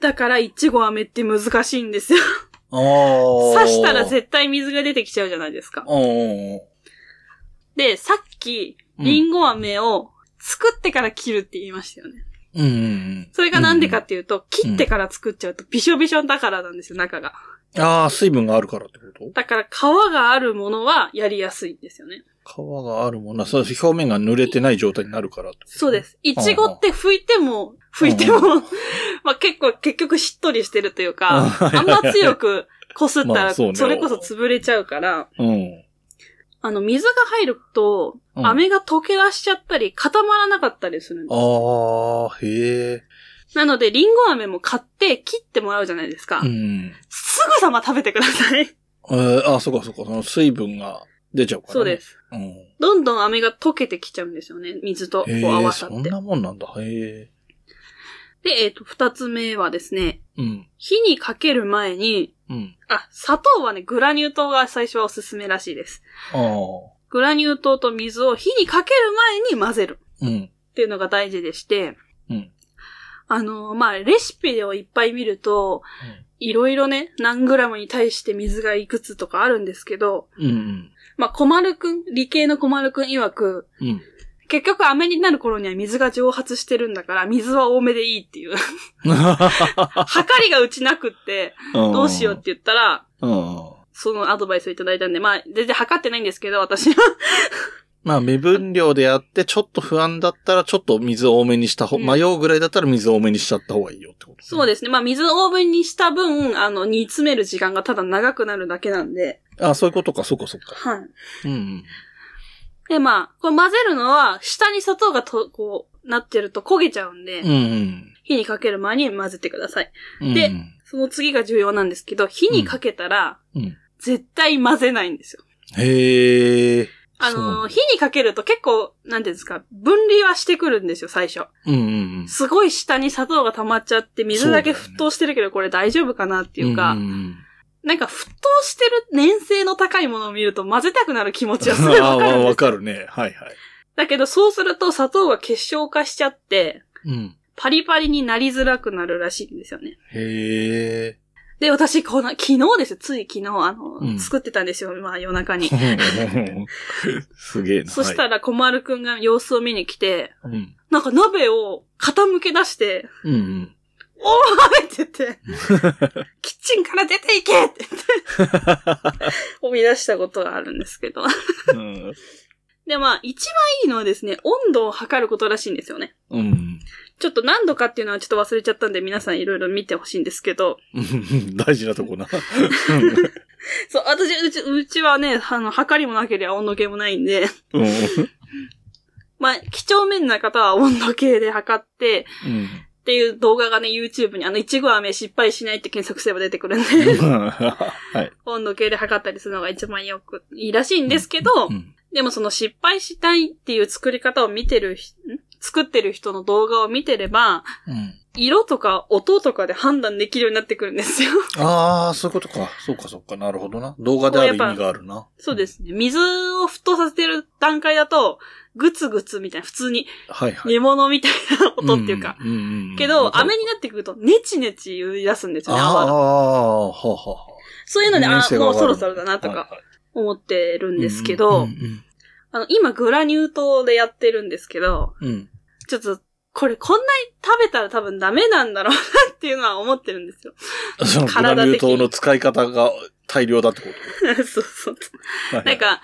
Speaker 2: だから、いちご飴って難しいんですよ。
Speaker 1: あ。ああ。
Speaker 2: 刺したら絶対水が出てきちゃうじゃないですか。
Speaker 1: うんうんうん。
Speaker 2: で、さっき、
Speaker 1: うん
Speaker 2: リンゴ飴を作ってから切るって言いましたよね。
Speaker 1: うんうんうん。
Speaker 2: それがなんでかっていうと、切ってから作っちゃうとびしょびしょだからなんですよ、中が。
Speaker 1: ああ、水分があるからってこと
Speaker 2: だから皮があるものはやりやすいんですよね。
Speaker 1: 皮があるもんな。そうです。表面が濡れてない状態になるからってこと
Speaker 2: そうで。す。いちごって拭いても、拭いて
Speaker 1: う
Speaker 2: も、 まあ結構、結局しっとりしてるというか、
Speaker 1: あ
Speaker 2: あんま強くこすった
Speaker 1: ま
Speaker 2: ら、
Speaker 1: あそうね
Speaker 2: それこそ潰れちゃうから、
Speaker 1: うん。
Speaker 2: あの、水が入ると、
Speaker 1: うん
Speaker 2: 飴が溶け出しちゃったり、固まらなかったりするんです。
Speaker 1: ああ、へえ。
Speaker 2: なので、リンゴ飴も買って、切ってもらうじゃないですか。
Speaker 1: うん。
Speaker 2: すぐさま食べてくださ い。
Speaker 1: えー、あ、そうかそうか。その水分が出ちゃうから、ね。。
Speaker 2: そうですす。
Speaker 1: うん。
Speaker 2: どんどん飴が溶けてきちゃうんですよね。水とこう
Speaker 1: へ
Speaker 2: 合
Speaker 1: え、
Speaker 2: わさ
Speaker 1: そ
Speaker 2: っ
Speaker 1: ん
Speaker 2: て。
Speaker 1: なもんなんだ。へえ。
Speaker 2: で、えっ、と、二つ目はですね、
Speaker 1: うん。
Speaker 2: 火にかける前に、
Speaker 1: うん。
Speaker 2: あ、砂糖はね、グラニュー糖が最初はおすすめらしいです。
Speaker 1: ああ。
Speaker 2: グラニュー糖と水を火にかける前に混ぜる
Speaker 1: うん。
Speaker 2: っていうのが大事でして、
Speaker 1: うん。
Speaker 2: あのー、まあ、レシピをいっぱい見ると、いろいろね、何グラムに対して水がいくつとかあるんですけど、
Speaker 1: うん。うん。
Speaker 2: まあ、小丸くん、理系の小丸くん曰く、
Speaker 1: うん。
Speaker 2: 結局飴になる頃には水が蒸発してるんだから、水は多めでいいって いう。測りがうちなくって、ど
Speaker 1: ど
Speaker 2: うしようって。言ったら、
Speaker 1: うん。
Speaker 2: そのアドバイスをいただいたんで、まあ、全然測ってないんですけど、私は。
Speaker 1: まあ、目分量でやって、ちょっと不安だったら、ちょっと水を多めにした方、
Speaker 2: うん
Speaker 1: 迷うぐらいだったら水を多めにしちゃった方がいいよってこと、
Speaker 2: そう
Speaker 1: で
Speaker 2: ですね。まあ、水オーブンにした分、あの、煮詰める時間がただ長くなるだけなんで。
Speaker 1: す。あ、そういうことか、そうか、そうか。
Speaker 2: はい。
Speaker 1: うんうん。
Speaker 2: で、まあ、これ混ぜるのは、下に砂糖がと、こう、なってると焦げちゃうんで、
Speaker 1: うんうん。
Speaker 2: 火にかける前に混ぜてください。
Speaker 1: うんうん
Speaker 2: でその次が重要なんですけど、火にかけたら、
Speaker 1: うん
Speaker 2: 絶対混ぜないんですよ。
Speaker 1: へえ。
Speaker 2: あ
Speaker 1: そう
Speaker 2: の、火にかけると結構、なんていうんですか、分離はしてくるんですよ、最初。
Speaker 1: うんうんうん。
Speaker 2: すごい下に砂糖が溜まっちゃって、水だけ
Speaker 1: そうだよね
Speaker 2: 沸騰してるけど、これ大丈夫かなっていうか、
Speaker 1: んん
Speaker 2: なんか沸騰してる粘性の高いものを見ると混ぜたくなる気持ちはすご
Speaker 1: う
Speaker 2: い
Speaker 1: ん、 あ
Speaker 2: わ
Speaker 1: あ、
Speaker 2: かるんです
Speaker 1: わ
Speaker 2: よ
Speaker 1: かるね。はいはい。
Speaker 2: だけどそうすると砂糖が結晶化しちゃって、
Speaker 1: うん。
Speaker 2: パリパリになりづらくなるらしいんですよね。
Speaker 1: へえ。
Speaker 2: で、私、この、昨日ですよ。つい昨日、あの、
Speaker 1: うん
Speaker 2: 作ってたんですよ。まあ、夜中 に。
Speaker 1: すげえな。
Speaker 2: そした
Speaker 1: ら、
Speaker 2: ら、小丸くんが様子を見に来て、
Speaker 1: うん。
Speaker 2: なんか鍋を傾け出して、
Speaker 1: うんうん。
Speaker 2: おーいって言 って、キッチンから出ていけって言って、 生み出したことがあるんですけど。
Speaker 1: うん
Speaker 2: で、まあ、一番いいのはですね、温度を測ることらしいんですよね。
Speaker 1: うん。
Speaker 2: ちょっと何度かっていうのはちょっと忘れちゃったんで、皆さんいろいろ見てほしいんですけど、
Speaker 1: うん大事なと こな。
Speaker 2: そう、私、うち、うちはね、あの、測りもなければ温度計もないんで、
Speaker 1: うん。うん
Speaker 2: まあ、几帳面な方は温度計で測って、
Speaker 1: うん。
Speaker 2: っていう動画がね、YouTube に、あの、いちご飴失敗しないって検索すれば出てくるんで、
Speaker 1: はい。
Speaker 2: 温度計で測ったりするのが一番よく、いいらしいんですけど
Speaker 1: う、ん
Speaker 2: でもその失敗したいっていう作り方を見てるひ、ん作ってる人の動画を見てれば、
Speaker 1: うん。
Speaker 2: 色とか音とかで判断できるようになってくるんです よ。
Speaker 1: ああ、そういうことか。そうか、そうか。なるほどな。動画である意味があるな。
Speaker 2: そうですね。水を沸騰させてる段階だと、グツグツみたいな、普通に
Speaker 1: はいはい。
Speaker 2: 煮物みたいな音っていうか。
Speaker 1: ん。うんうん
Speaker 2: け
Speaker 1: わ
Speaker 2: ど、
Speaker 1: かる
Speaker 2: 雨になってくると、ネチネチ言い出すんですよね、
Speaker 1: あ
Speaker 2: 泡
Speaker 1: あ、
Speaker 2: が。
Speaker 1: はあは
Speaker 2: そういうので、
Speaker 1: 粘
Speaker 2: あ
Speaker 1: 性が
Speaker 2: もう
Speaker 1: 上が
Speaker 2: そ
Speaker 1: る
Speaker 2: ろそろだな
Speaker 1: あ。
Speaker 2: とか
Speaker 1: はいはい
Speaker 2: 思ってるんですけど
Speaker 1: うん、
Speaker 2: あの、今グラニュー糖でやってるんですけど、
Speaker 1: うんうん。
Speaker 2: ちょっと、これこんなに食べたら多分ダメなんだろうなっていうのは思ってるんですよ。
Speaker 1: うんそのグラ
Speaker 2: 体的
Speaker 1: ニ
Speaker 2: に
Speaker 1: ュー糖の使い方が大量だってこ
Speaker 2: そうそう。
Speaker 1: と。はい は
Speaker 2: ないんか、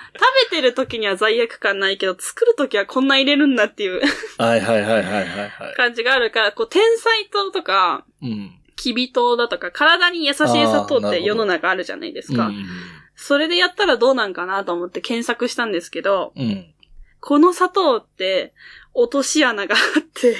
Speaker 2: 食べてる時には罪悪感ないけど、作る時はこんな入れるんだっていう
Speaker 1: はいはいはいはいはいはい。
Speaker 2: 感じがあるから、こう、天才糖とか、
Speaker 1: うん。
Speaker 2: きび糖だとか、体に優しい砂糖
Speaker 1: あーな
Speaker 2: っ
Speaker 1: る
Speaker 2: て
Speaker 1: ほど
Speaker 2: 世の中あるじゃないです
Speaker 1: うんう
Speaker 2: か。
Speaker 1: ん
Speaker 2: それでやったらどうなんかなと思って検索したんですけど、
Speaker 1: うん。
Speaker 2: この砂糖って落とし穴があ って、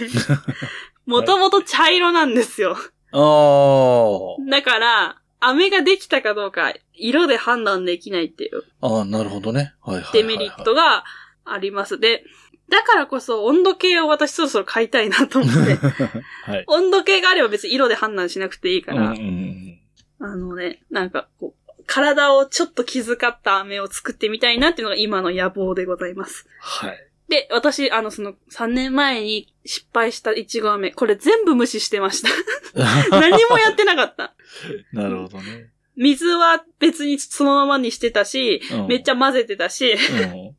Speaker 2: もともと茶色なんですよ。
Speaker 1: あー
Speaker 2: だから、飴ができたかどうか、色で判断できないっていう
Speaker 1: あー、なるほどね。はいはいはい、
Speaker 2: デメリッ。トがあります。で、だからこそ温度計を私そろそろ買いたいなと思 って。
Speaker 1: はい。
Speaker 2: 温度計があれば別に色で判断しなくていいか
Speaker 1: うんうん
Speaker 2: ら、
Speaker 1: うん。
Speaker 2: あのね、なんかこう、体をちょっと気遣った飴を作ってみたいなっていうのが今の野望でございます。
Speaker 1: はい。
Speaker 2: で、私、あの、その、3年前に失敗したいちご飴、これ全部無視してま した。何もやってなかった。
Speaker 1: なるほどね。
Speaker 2: 水は別にそのままにしてたし、めっち
Speaker 1: ゃ、
Speaker 2: ゃ混ぜてたし、
Speaker 1: うんうん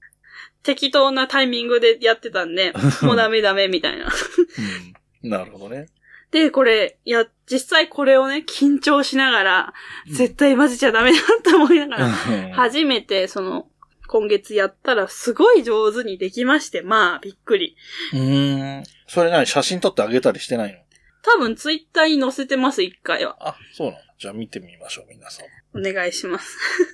Speaker 2: 適当なタイミングでやってたん で、もうダメダメみたいな。
Speaker 1: うんなるほどね。
Speaker 2: で、これ、いや、実際これをね、緊張しながら、絶対混ぜちゃダメだって思いながら、
Speaker 1: は
Speaker 2: 初めてその、今月やったらすごい上手にできまして、まあ、びっくり。
Speaker 1: うーん。それ何写真撮ってあげたりしてないの
Speaker 2: 多分ツイッターに載せてます、一回は。
Speaker 1: あ、そうなのじゃあ見てみましょう、皆さん。
Speaker 2: お願いします。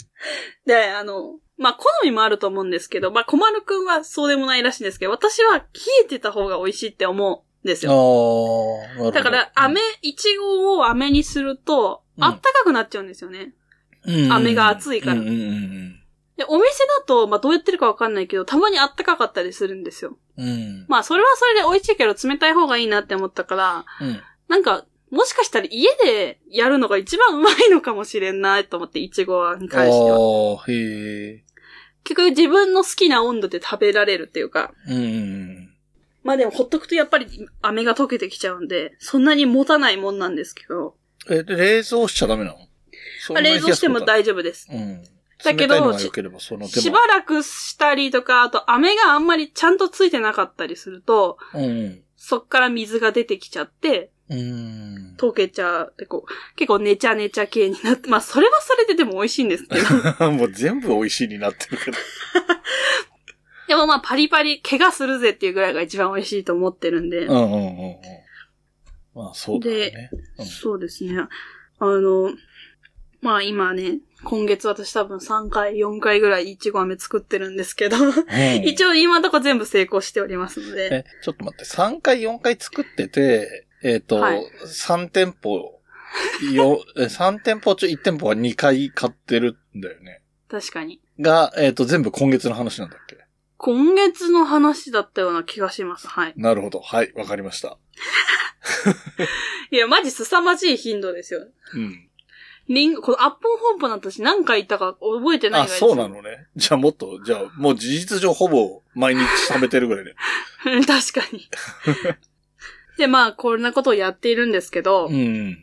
Speaker 2: で、あの、まあ、好みもあると思うんですけど、まあ、小丸くんはそうでもないらしいんですけど、私は冷えてた方が美味しいって思うんですよ。
Speaker 1: ああ、なるほど。
Speaker 2: だから、飴、いちごを飴にすると、
Speaker 1: うん
Speaker 2: あったかくなっちゃうんですよね。
Speaker 1: うん、
Speaker 2: 飴が熱いから
Speaker 1: うんうんうん
Speaker 2: で、お店だと、まあ、どうやってるかわかんないけど、たまにあったかかったりするんですよ。
Speaker 1: うん。うん。
Speaker 2: まあ、それはそれで美味しいけど、冷たい方がいいなって思ったから、
Speaker 1: うん
Speaker 2: なんか、もしかしたら家でやるのが一番うまいのかもしれんなと思って、いちごに関しては。
Speaker 1: ああ、へえ。
Speaker 2: 結局自分の好きな温度で食べられるっていうか、
Speaker 1: うんうん
Speaker 2: まあでもほっとくとやっぱり飴が溶けてきちゃうんで、そんなに持たないもんなんですけど、
Speaker 1: うん。え、で冷蔵しちゃダメなのそん
Speaker 2: ま
Speaker 1: な
Speaker 2: あ
Speaker 1: 冷
Speaker 2: 冷
Speaker 1: 蔵
Speaker 2: 蔵
Speaker 1: し
Speaker 2: してても
Speaker 1: も大
Speaker 2: 大丈夫です。
Speaker 1: うん。
Speaker 2: だけど
Speaker 1: 冷たいのが良ければその手
Speaker 2: し
Speaker 1: 間
Speaker 2: ばらくしたりとか、あと飴があんまりちゃんとついてなかったりすると、
Speaker 1: うん
Speaker 2: そっから水が出てきちゃって、
Speaker 1: うん。うん。
Speaker 2: 溶けちゃうってこう、結構ネチャネチャ系になって、まあそれはそれででも美味しいんですけ ど。
Speaker 1: もう全部美味しいになってるけど。
Speaker 2: でもまあパリパリ、怪我するぜっていうぐらいが一番美味しいと思ってるんで。
Speaker 1: うんうんうんうん。まあそうだよね。うん
Speaker 2: そうですね。あの、まあ今ね、今月私多分3回、4回ぐらいいちご飴作ってるんですけど、
Speaker 1: うん
Speaker 2: 一応今のとこ全部成功しておりますので、
Speaker 1: え、ちょっと待って、3回、4回作ってて、えっ、と、
Speaker 2: はい
Speaker 1: 三3店舗、よ、え3店舗中1店舗は2回買ってるんだよね。
Speaker 2: 確かに。
Speaker 1: が、えっ、と、全部今月の話なんだっけ
Speaker 2: 今月の話だったような気がします。はい。
Speaker 1: なるほど。はい、わかりました。
Speaker 2: いや、マジ凄まじい頻度ですよ。
Speaker 1: うん。
Speaker 2: リンゴ、このアッポン本舗の私何回行ったか覚えてない
Speaker 1: あ、
Speaker 2: ぐらい
Speaker 1: そうなのね。じゃあもっと、じゃあもう事実上ほぼ毎日食べてるぐらいで。
Speaker 2: の確かに。で、まあ、こんなことをやっているんですけど、
Speaker 1: うん。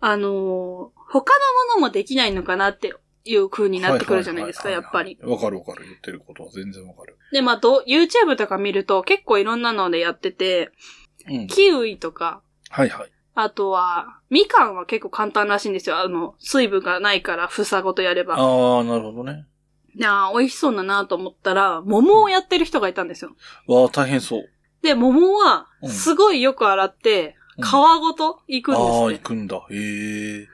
Speaker 2: あのー他のものもできないのかなっていう風になってくるじゃないですか、
Speaker 1: はは
Speaker 2: やっぱり。
Speaker 1: ははわかるわかる。言ってることは全然わかる。
Speaker 2: で、まあ、ど、YouTube とか見ると結構いろんなのでやってて、
Speaker 1: うん。
Speaker 2: キウイとか、
Speaker 1: はいはい。
Speaker 2: あとは、みかんは結構簡単らしいんですよ。あの、水分がないから、房ごとやれば。
Speaker 1: ああ、なるほどね。
Speaker 2: なあ、美味しそうだなと思ったら、桃をやってる人がいたんですよ。
Speaker 1: わあ、大変そう。
Speaker 2: で、桃は
Speaker 1: う、ん
Speaker 2: すごいよく洗って、
Speaker 1: うん
Speaker 2: 皮ごと行くん
Speaker 1: ああ、
Speaker 2: です
Speaker 1: 行
Speaker 2: ね。
Speaker 1: くんだ。へえ。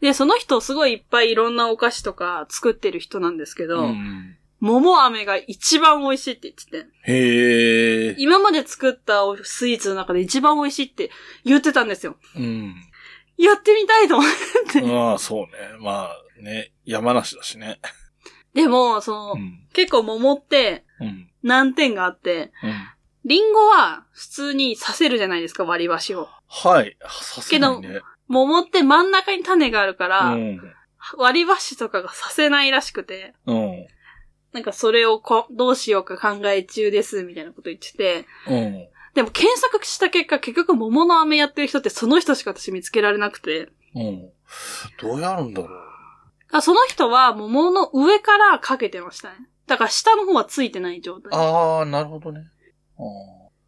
Speaker 2: で、その人すごいいっぱいいろんなお菓子とか作ってる人なんですけど、
Speaker 1: うん。
Speaker 2: 桃飴が一番美味しいって言ってて、
Speaker 1: へえ。
Speaker 2: 今まで作ったおスイーツの中で一番美味しいって言ってたんですよ。
Speaker 1: うん。
Speaker 2: やってみたいと思って。
Speaker 1: まあ、そうね。まあ、ね、山梨だしね。
Speaker 2: でも、その、
Speaker 1: うん。
Speaker 2: 結構桃って
Speaker 1: うん。
Speaker 2: 難点があって、
Speaker 1: うん。
Speaker 2: リンゴは普通に刺せるじゃないですか、割り箸を。
Speaker 1: はい。さすがにね。
Speaker 2: 桃って真ん中に種があるから、
Speaker 1: うん。
Speaker 2: 割り箸とかが刺せないらしくて、
Speaker 1: うん。
Speaker 2: なんかそれをこどうしようか考え中です、みたいなこと言ってて。
Speaker 1: うん。
Speaker 2: でも検索した結果、結局桃の飴やってる人ってその人しか私見つけられなくて。
Speaker 1: うん。どうやるんだろう。
Speaker 2: あその人は桃の上からかけてましたね。だから下の方はついてない状態。
Speaker 1: ああ、なるほどね。あ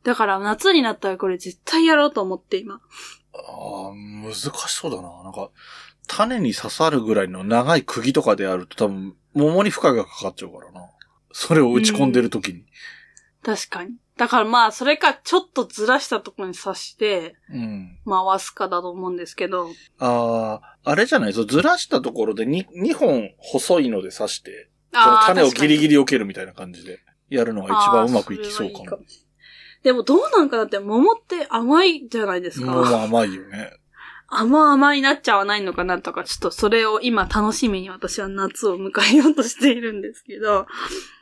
Speaker 1: ー
Speaker 2: だから夏になったらこれ絶対やろうと思って今。
Speaker 1: あー、難しそうだな。なんか、種に刺さるぐらいの長い釘とかであると多分、桃に負荷がかかっちゃうからな。それを打ち込んでるときに。
Speaker 2: 確かに。だからまあ、それかちょっとずらしたところに刺して、
Speaker 1: うん。
Speaker 2: 回すかだと思うんですけど、
Speaker 1: ああ、あれじゃないですずらしたところで 2, 2本細いので刺して、その
Speaker 2: あー
Speaker 1: 種を
Speaker 2: 確かに
Speaker 1: ギリギリ避けるみたいな感じでやるのが一番うまくいきそうか
Speaker 2: あーれはいい
Speaker 1: も。
Speaker 2: もしれないでもどうなんかだって桃って甘いじゃないです
Speaker 1: もう
Speaker 2: か。
Speaker 1: 甘いよね。
Speaker 2: 甘甘いなっちゃわないのかなとか、ちょっとそれを今楽しみに私は夏を迎えようとしているんですけど、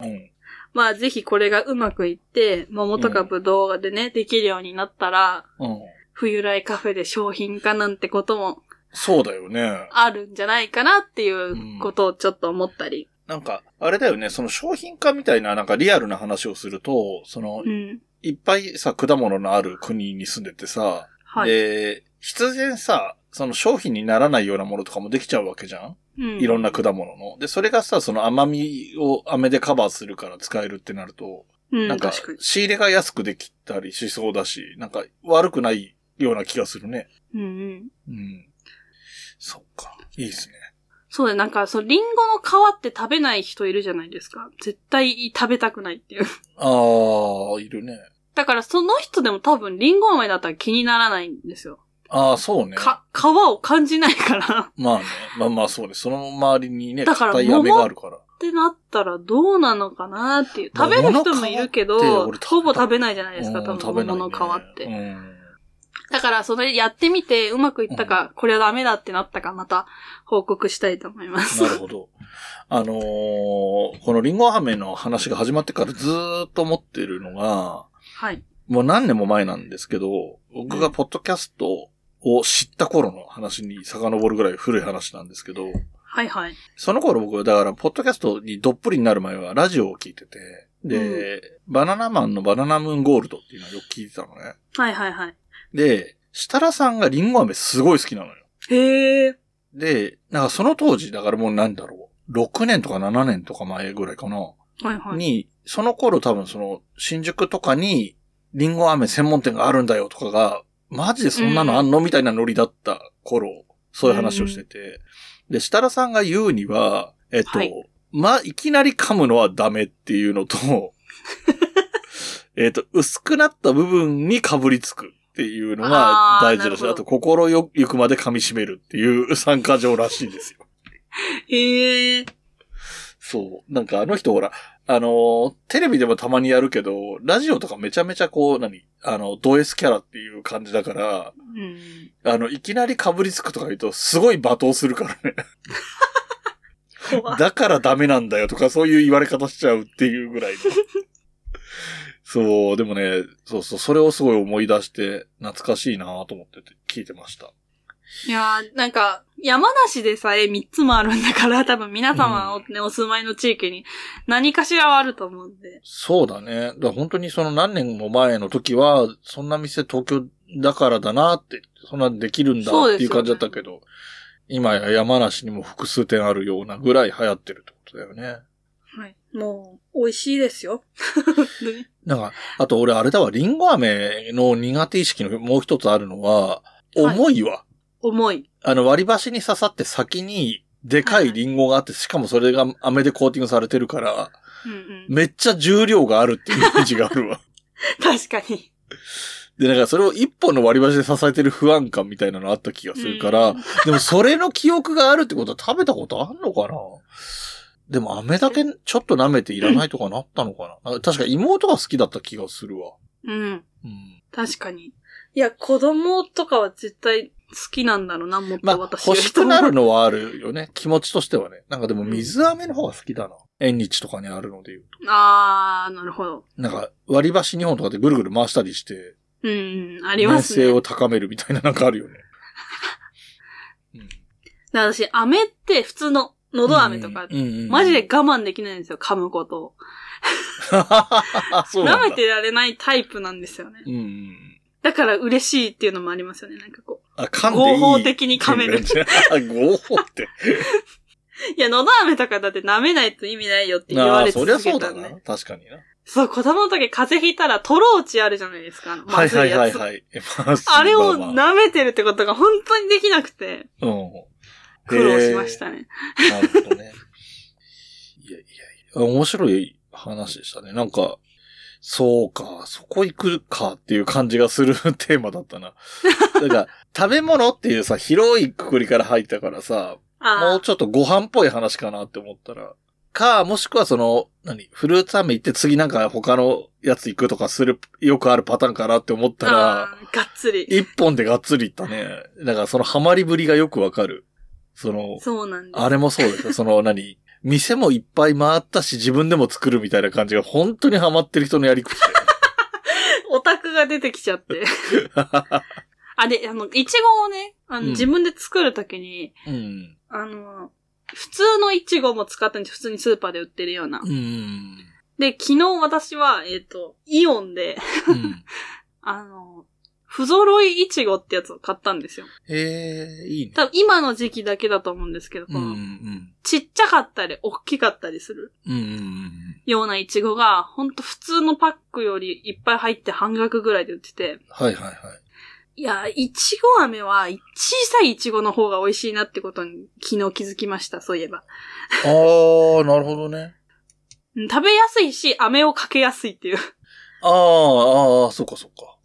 Speaker 1: うん。
Speaker 2: まあぜひこれがうまくいって、桃とかぶどうでね、できるようになったら、
Speaker 1: うん。
Speaker 2: 冬来カフェで商品化なんてことも
Speaker 1: そうだよね。
Speaker 2: あるんじゃないかなっていうことをちょっと思ったり。
Speaker 1: なんか、あれだよね、その商品化みたいな、なんかリアルな話をすると、その
Speaker 2: う、ん。
Speaker 1: いっぱいさ、果物のある国に住んでてさ、
Speaker 2: はい。
Speaker 1: で、必然さ、その商品にならないようなものとかもできちゃうわけじゃんい
Speaker 2: い
Speaker 1: ろんな果物の。で、それがさ、その甘みを飴でカバーするから使えるってなると、
Speaker 2: うん、
Speaker 1: なんか
Speaker 2: 確かに、
Speaker 1: 仕入れが安くできたりしそうだし、なんか悪くないような気がするね。
Speaker 2: うんうん。
Speaker 1: うん。そっか。いいですね。
Speaker 2: そうだよ、なんか、そのリンゴの皮って食べない人いるじゃないですか。絶対食べたくないっていう。
Speaker 1: あー、いるね。
Speaker 2: だから、その人でも多分、リンゴ飴だったら気にならないんですよ。
Speaker 1: あー、そうね。
Speaker 2: か、皮を感じないから。
Speaker 1: まあね。まあまあそうね。その周りにね、
Speaker 2: だから
Speaker 1: 硬い飴があるから。
Speaker 2: ってなったら、どうなのかなっていう。食べる人もいるけ
Speaker 1: 桃
Speaker 2: ど
Speaker 1: の皮って俺食べ、た
Speaker 2: ほぼ食べないじゃないですか、
Speaker 1: う
Speaker 2: 多
Speaker 1: ん
Speaker 2: 分、桃の皮って。
Speaker 1: うん。
Speaker 2: だから、それやってみて、うまくいったか、これはダメだってなったか、また報告したいと思います
Speaker 1: な。るほど。あのーこのリンゴ飴の話が始まってからずーっと思ってるのが、
Speaker 2: はい。
Speaker 1: もう何年も前なんですけど、僕がポッドキャストを知った頃の話に遡るぐらい古い話なんですけど、
Speaker 2: はいはい。
Speaker 1: その頃僕はだから、ポッドキャストにどっぷりになる前はラジオを聞いてて、で、バナナマンのバナナムーンゴールドっていうのをよく聞いてたのね。
Speaker 2: はいはいはい。
Speaker 1: で、設楽さんがリンゴ飴すごい好きなのよ。
Speaker 2: へえ。
Speaker 1: で、なんかその当時、だからもうなんだろう。6年とか7年とか前ぐらいかな。
Speaker 2: はいはい。
Speaker 1: に、その頃多分その、新宿とかに、リンゴ飴専門店があるんだよとかが、マジでそんなのあんの、みたいなノリだった頃、そういう話をしてて。で、設楽さんが言うには、えっと、
Speaker 2: はい
Speaker 1: まあ、いきなり噛むのはダメっていうのと、 えっと、薄くなった部分に被りつくっていうのが大事だし、
Speaker 2: あーなるほど
Speaker 1: あと、心よゆくまで噛み締めるっていう参加条らしいですよ。
Speaker 2: へえ。
Speaker 1: そう。なんかあの人ほら、あのーテレビでもたまにやるけど、ラジオとかめちゃめちゃこう、何あの、ド S キャラっていう感じだから、
Speaker 2: うん。
Speaker 1: あの、いきなり被りつくとか言うと、すごい罵倒するからね。
Speaker 2: 怖い
Speaker 1: だからダメなんだよとか、そういう言われ方しちゃうっていうぐらいの。そう、でもね、そうそう、それをすごい思い出して、懐かしいなと思ってて聞いてました。
Speaker 2: いやー、なんか、山梨でさえ3つもあるんだから、 多分皆様お,、ねお住まいの地域に何かしらはあると思うんで。
Speaker 1: そうだね。だから本当にその何年も前の時は、そんな店東京だからだなって、そんなんできるんだ
Speaker 2: そうで
Speaker 1: って
Speaker 2: す
Speaker 1: いう
Speaker 2: よね
Speaker 1: 感じだったけど、今や山梨にも複数店あるようなぐらい流行ってるってことだよね。
Speaker 2: はい。もう、美味しいです よ。
Speaker 1: なんか、あと俺あれだわ、リンゴ飴の苦手意識のもう一つあるのは、重いわ。
Speaker 2: 重い。
Speaker 1: あの割り箸に刺さって先に、でかいリンゴがあって、しかもそれが飴でコーティングされてるから、
Speaker 2: うんうん。
Speaker 1: めっちゃ重量があるっていうイメージがあるわ。
Speaker 2: 確かに。
Speaker 1: で、なんかそれを一本の割り箸で支えてる不安感みたいなのあった気がするから、
Speaker 2: うん
Speaker 1: でもそれの記憶があるってことは食べたことあんのかなでも飴だけちょっと舐めていらないとかなったのかなあ確か妹が好きだった気がするわ。
Speaker 2: うん。
Speaker 1: うん。
Speaker 2: 確かに。いや、子供とかは絶対好きなんだろうな、もっ
Speaker 1: まあ
Speaker 2: と、私よ
Speaker 1: 欲
Speaker 2: り
Speaker 1: しくな
Speaker 2: も
Speaker 1: るのはあるよね。気持ちとしてはね。なんかでも水飴の方が好きだな。縁日とかにあるので言う
Speaker 2: あー、なるほど。
Speaker 1: と。なんか割り箸2本とかでぐるぐる回したりして、
Speaker 2: うん、うん、あ
Speaker 1: あ
Speaker 2: りますね。
Speaker 1: 性を高めるみたいななんかあるよね。うん
Speaker 2: で私、飴って普通 の、喉飴とか、
Speaker 1: うんうんうん
Speaker 2: マジで我慢できないんですよ、噛むことを。
Speaker 1: そうなん
Speaker 2: 舐
Speaker 1: だ
Speaker 2: めてられないタイプなんですよね。
Speaker 1: うんうん。
Speaker 2: だから嬉しいっていうのもありますよね、なんかこ
Speaker 1: あ、噛んでい
Speaker 2: 合
Speaker 1: い
Speaker 2: 法的に噛める
Speaker 1: っていう感 じ。あ合法って。
Speaker 2: う。いや、喉飴とかだって舐めないと意味ないよって 言わ
Speaker 1: ああ、
Speaker 2: れ
Speaker 1: そりゃ
Speaker 2: 続
Speaker 1: そ
Speaker 2: け
Speaker 1: う
Speaker 2: た
Speaker 1: だ
Speaker 2: ん
Speaker 1: な
Speaker 2: で。。
Speaker 1: 確かにな。
Speaker 2: そう、子供の時風邪ひいたらトローチあるじゃないですか。あの
Speaker 1: は
Speaker 2: ま
Speaker 1: い
Speaker 2: ずいや
Speaker 1: は
Speaker 2: つ
Speaker 1: いはいはい。 まずい
Speaker 2: あれを
Speaker 1: まあまあ
Speaker 2: 舐めてるってことが本当にできなくて、
Speaker 1: うん。
Speaker 2: 苦労しましたね。
Speaker 1: へえ。なるほどね。いやいやいや、面白い話でしたね。なんか、そうか、そこ行くかっていう感じがする テーマだったな。だから、食べ物っていうさ、広いくくりから入ったからさ、も
Speaker 2: あ
Speaker 1: うちょっとご飯っぽい話かなって思ったら、か、もしくはその、何、フルーツ飴行って次なんか他のやつ行くとかする、よくあるパターンかなって思った
Speaker 2: あ、
Speaker 1: ら、
Speaker 2: あーがっつり。
Speaker 1: 一本でがっつりいったね。だからそのハマりぶりがよくわかる。その、
Speaker 2: そうなんです。
Speaker 1: あれもそうです よ。その何店もいっぱい回ったし自分でも作るみたいな感じが本当にハマってる人のやり口だよ
Speaker 2: オタクが出てきちゃ って。あ、で、あの、いちごをね、あの、
Speaker 1: うん
Speaker 2: 自分で作るときに、
Speaker 1: うん。
Speaker 2: あの、普通のいちごも使ったんです普通にスーパーで売ってるような。
Speaker 1: うん。
Speaker 2: で、昨日私は、えっ、と、イオンで、
Speaker 1: うん。
Speaker 2: あの、不揃いいちごってやつを買ったんですよ。
Speaker 1: ええいいね。
Speaker 2: 多分今の時期だけだと思うんですけど、こ
Speaker 1: うんう
Speaker 2: の
Speaker 1: ん。
Speaker 2: ちっちゃかったり、大きかったりする
Speaker 1: うんうん。
Speaker 2: ようなイチゴが、ほんと普通のパックよりいっぱい入って半額ぐらいで売ってて、
Speaker 1: はいはいはい。
Speaker 2: いや、いちご飴は小さいいちごの方が美味しいなってことに昨日気づきました、そういえば。
Speaker 1: あー、なるほどね。
Speaker 2: うん食べやすいし、飴をかけやすいっていう。
Speaker 1: あー、あー、そっかそっか。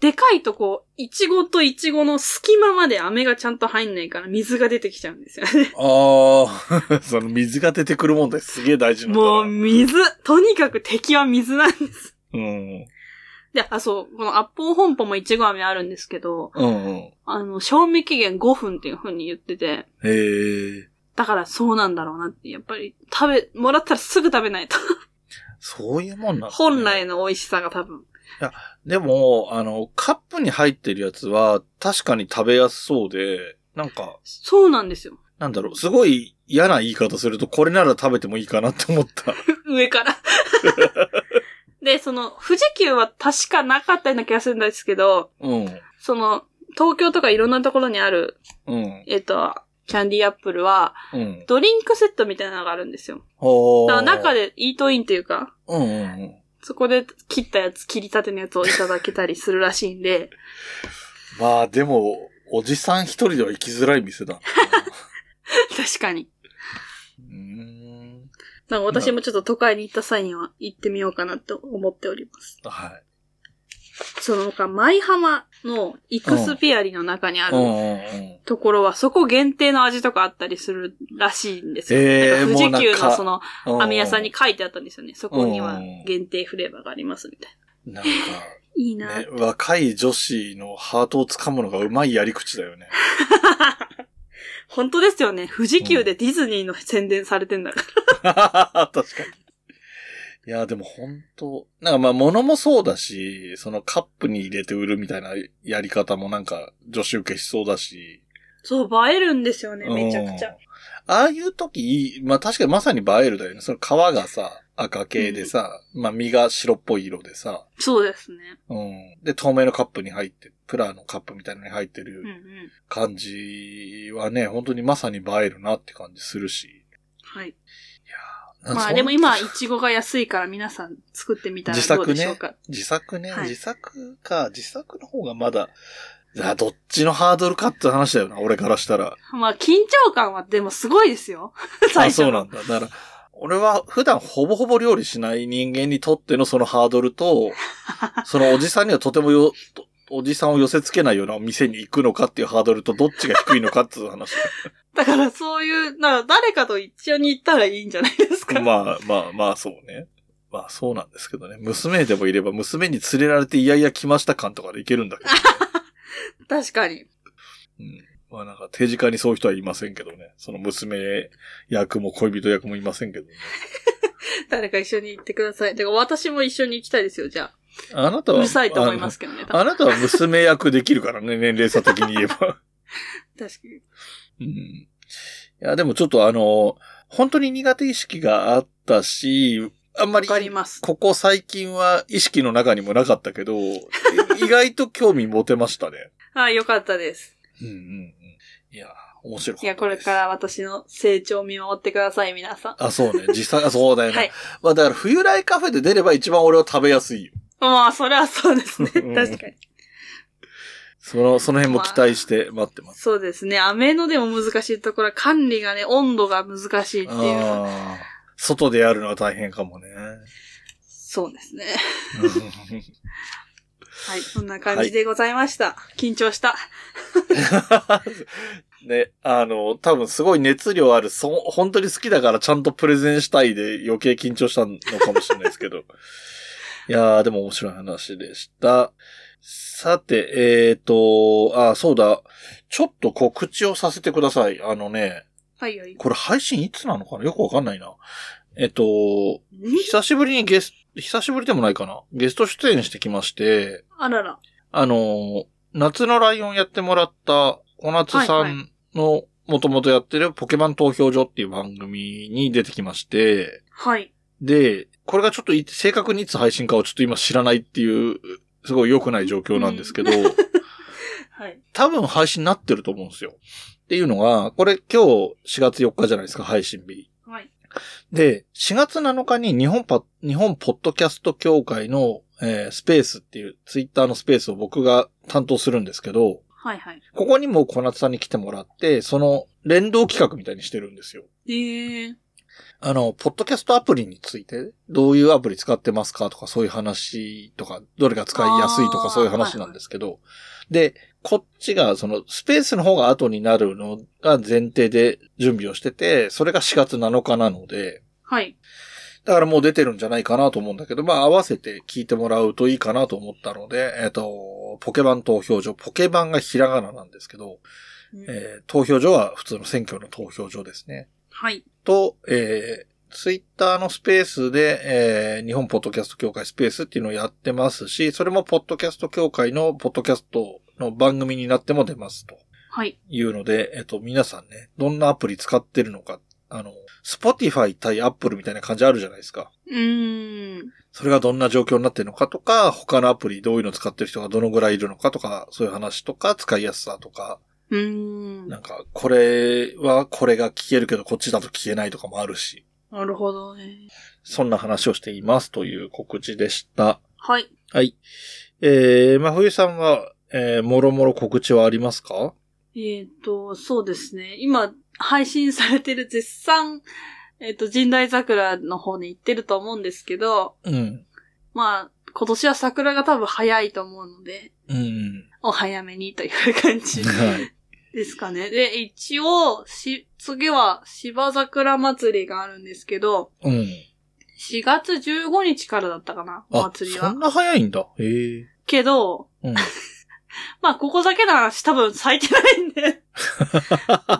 Speaker 2: でかいとこう、いちごといちごの隙間まで飴がちゃんと入んないから水が出てきちゃうんですよね。
Speaker 1: あー、 その水が出てくる問題すげえ大事なんだな。
Speaker 2: もう水とにかく敵は水なんです。
Speaker 1: うん。
Speaker 2: で、あ、そう、このアッポー本舗もいちご飴あるんですけど、
Speaker 1: うんうん。
Speaker 2: あの、賞味期限5分っていう風に言ってて、
Speaker 1: えー。
Speaker 2: だからそうなんだろうなって、やっぱり食べ、もらったらすぐ食べないと。
Speaker 1: そういうもんなんだね
Speaker 2: 本来の美味しさが多分。
Speaker 1: でも、あの、カップに入ってるやつは、確かに食べやすそうで、なんか、
Speaker 2: そうなんですよ。
Speaker 1: なんだろう、すごい嫌な言い方すると、これなら食べてもいいかなって思った。
Speaker 2: 上から。で、その、富士急は確かなかったような気がするんですけど、
Speaker 1: うん。
Speaker 2: その、東京とかいろんなところにある、
Speaker 1: うん。
Speaker 2: えっ、と、キャンディアップルは、
Speaker 1: うん。
Speaker 2: ドリンクセットみたいなのがあるんですよ。
Speaker 1: ほ
Speaker 2: だから中
Speaker 1: で。
Speaker 2: でイートインっていうか、
Speaker 1: うんうんうん。
Speaker 2: そこで切ったやつ、切りたてのやつをいただけたりするらしいんで、
Speaker 1: まあ、でも、おじさん一人では行きづらい 店だな。
Speaker 2: 確かに。
Speaker 1: うーん。
Speaker 2: なんか私もちょっと都会に行った際には行ってみようかなと思っております。
Speaker 1: はい。
Speaker 2: その他、舞浜のイクスピアリの中にあ
Speaker 1: う
Speaker 2: る
Speaker 1: んうんうん。
Speaker 2: ところは、そこ限定の味とかあったりするらしいんですよ。
Speaker 1: え
Speaker 2: な
Speaker 1: ー
Speaker 2: んか
Speaker 1: もう
Speaker 2: 富士
Speaker 1: なん
Speaker 2: 急の
Speaker 1: か
Speaker 2: その、
Speaker 1: うん
Speaker 2: 飴屋さんに。書いてあったんですよね。そこに
Speaker 1: う
Speaker 2: は
Speaker 1: ん
Speaker 2: 限定フレーバーがありますみたいな。
Speaker 1: なん
Speaker 2: いい
Speaker 1: か、
Speaker 2: な。
Speaker 1: ね、若い女子のハートを掴むのがうまいやり口だよね。
Speaker 2: 本当ですよね。富士急でディズニーの宣伝されてんだから。
Speaker 1: 確かに。いや、でも本当なんかまあ物もそうだし、そのカップに入れて売るみたいなやり方もなんか女子受けしそうだし。
Speaker 2: そう、映えるんですよね、めちゃくち
Speaker 1: うん
Speaker 2: ゃ。。
Speaker 1: ああいう時いい、まあ確かにまさに映えるだよね。その皮がさ、赤系でさ、まあ身が白っぽい色でさ、
Speaker 2: そうですね。
Speaker 1: うん。で、透明のカップに入って、プラのカップみたいなのに入って
Speaker 2: うんう
Speaker 1: る
Speaker 2: ん。
Speaker 1: 感じはね、本当にまさに映えるなって感じするし。
Speaker 2: はい。
Speaker 1: なんか
Speaker 2: ま
Speaker 1: そ
Speaker 2: あ
Speaker 1: ん
Speaker 2: でも今、イチゴが安いから皆さん作ってみたらどうでしょうか。
Speaker 1: 自作ね、
Speaker 2: はい
Speaker 1: 自作か、自作の方がまだ、いやどっちのハードルかって話だよな、俺からしたら。
Speaker 2: まあ緊張感はでもすごいですよ。最
Speaker 1: あ、
Speaker 2: 初
Speaker 1: そ
Speaker 2: の
Speaker 1: うなんだ。だから、俺は普段ほぼほぼ料理しない人間にとってのそのハードルと、 そのおじさんにはとてもよ、とおじさんを寄せ付けないようなお店に行くのかっていうハードルとどっちが低いのかっていう話。
Speaker 2: だからそういう、なんか誰かと一緒に行ったらいいんじゃないですか。
Speaker 1: まあまあまあそうね。まあそうなんですけどね。娘でもいれば娘に連れられていやいや来ました感とかでいける んだけど、ね。
Speaker 2: 確かに。
Speaker 1: うん。まあなんか手近にそういう人はいませんけどね。その娘役も恋人役もいませんけどね。
Speaker 2: 誰か一緒に行ってください。てか私も一緒に行きたいですよ、じゃあ。
Speaker 1: あなた
Speaker 2: う
Speaker 1: は。
Speaker 2: るさいと思いますけどね。
Speaker 1: あの。あなたは娘役できるからね、年齢差的に言え ば。
Speaker 2: 確かに。
Speaker 1: うん。いや、でもちょっとあの、本当に苦手意識があったし、あんま
Speaker 2: わ
Speaker 1: り、
Speaker 2: かります。
Speaker 1: ここ最近は意識の中にもなかったけど、意外と興味持てましたね。
Speaker 2: ああ、よかったです。
Speaker 1: うんうんうん。いや、面白かったです。
Speaker 2: いや、これから私の成長を見守ってください、皆さん。
Speaker 1: あ、そうね。実際、あそうだよね。
Speaker 2: はい。
Speaker 1: まあだから、冬来カフェで出れば一番俺は食べやすいよ。
Speaker 2: まあ、それはそうですね。
Speaker 1: うん
Speaker 2: 確かに。
Speaker 1: その、その辺も期待して待ってます。
Speaker 2: そうですね。飴のでも難しいところは管理がね、温度が難しいっていう。
Speaker 1: あー外でやるのは大変かもね。
Speaker 2: そうですね。はい、そんな感じでございました。緊張した。
Speaker 1: ね、あの、多分すごい熱量ある、そ、本当に好きだからちゃんとプレゼンしたいで余計緊張したのかもしれないですけど。 いやー、でも面白い話でした。さて、えーと、あ、そうだ。ちょっと告知をさせてください。あのね、
Speaker 2: はいはい。
Speaker 1: これ配信いつなのかなよくわかんないな。えっと、久しぶりにゲス、久しぶりでもないかな。ゲスト出演してきまして、
Speaker 2: あらら。
Speaker 1: あのー、夏のライオンやってもらった、小夏さんの、もともとやってるポケモン投票所っていう番組に出てきまして、
Speaker 2: はい。
Speaker 1: で、これがちょっとい正確にいつ配信かをちょっと今知らないっていう、すごい良くない状況なんですけど、
Speaker 2: はい。
Speaker 1: 多分配信になってると思うんですよ。っていうのが、これ今日4月4日じゃないですか、配信日。
Speaker 2: はい。
Speaker 1: で、4月7日に日本パ、日本ポッドキャスト協会の、えースペースっていう、ツイッターのスペースを僕が担当するんですけど、
Speaker 2: はいはい。
Speaker 1: ここにも小夏さんに来てもらって、その連動企画みたいにしてるんですよ。
Speaker 2: ええー。
Speaker 1: あの、ポッドキャストアプリについて、どういうアプリ使ってますかとか、そういう話とか、どれが使いやすいと
Speaker 2: あー
Speaker 1: か、そういう話なんですけど、で、こっちが、その、スペースの方が後になるのが前提で準備をしてて、それが4月7日なので、
Speaker 2: はい。
Speaker 1: だからもう出てるんじゃないかなと思うんだけど、まあ合わせて聞いてもらうといいかなと思ったので、えっ、と、ポケバン投票所、ポケバンがひらがななんですけど、えー投票所は普通の選挙の投票所ですね。
Speaker 2: はい。
Speaker 1: と、えー、ツイッターのスペースで、えー日本ポッドキャスト協会スペースっていうのをやってますし、それもポッドキャスト協会のポッドキャストの番組になっても出ますと
Speaker 2: はい。
Speaker 1: いうので、えっ、と、皆さんね、どんなアプリ使ってるのか、あの、Spotify 対 Apple みたいな感じあるじゃないですか。
Speaker 2: うーん。
Speaker 1: それがどんな状況になってるのかとか、他のアプリどういうの使ってる人がどのぐらいいるのかとか、そういう話とか、使いやすさとか、
Speaker 2: うーん。
Speaker 1: なんか、これはこれが聞けるけど、こっちだと聞けないとかもあるし、
Speaker 2: なるほどね。
Speaker 1: そんな話をしていますという告知でした。
Speaker 2: はい。
Speaker 1: はい。えー、まふゆさんは、えー、もろもろ告知はありますか
Speaker 2: えっ、と、そうですね。今、配信されてる絶賛、えっ、と、神代桜の方に行ってると思うんですけど、
Speaker 1: うん。
Speaker 2: まあ、今年は桜が多分早いと思うので、
Speaker 1: うん。
Speaker 2: お早めにという感じ
Speaker 1: はい。
Speaker 2: ですかね。で、一応、し、次は芝桜祭りがあるんですけど、
Speaker 1: うん。
Speaker 2: 4月15日からだったかな、お
Speaker 1: あ、
Speaker 2: 祭り
Speaker 1: そ
Speaker 2: は
Speaker 1: ん。な早いんだ。へえ。
Speaker 2: けど、
Speaker 1: うん。
Speaker 2: まあ、ここだけの話多分咲いてないん で、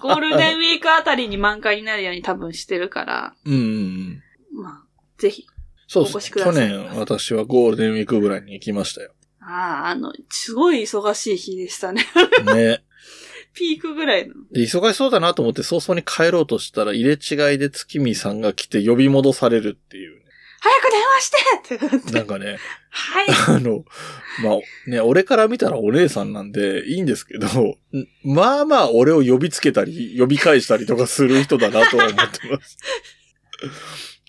Speaker 2: ゴールデンウィークあたりに満開になるように多分してるから、
Speaker 1: うんうんうん。
Speaker 2: まあ、ぜひ。
Speaker 1: そう
Speaker 2: お
Speaker 1: で
Speaker 2: 越し
Speaker 1: す
Speaker 2: く
Speaker 1: ね。
Speaker 2: ださ
Speaker 1: 去
Speaker 2: い
Speaker 1: 年、私はゴールデンウィークぐらいに行きましたよ。
Speaker 2: ああ、あの、すごい忙しい日でしたね。
Speaker 1: ね。
Speaker 2: ピークぐらいの。
Speaker 1: で、忙しそうだなと思って早々に帰ろうとしたら、入れ違いで月見さんが来て呼び戻されるっていうね、
Speaker 2: 早く電話してってなって
Speaker 1: なんかね、
Speaker 2: はい。
Speaker 1: あの、まあ、ね、俺から見たらお姉さんなんでいいんですけど、んまあまあ俺を呼びつけたり、呼び返したりとかする人だなとは思ってます。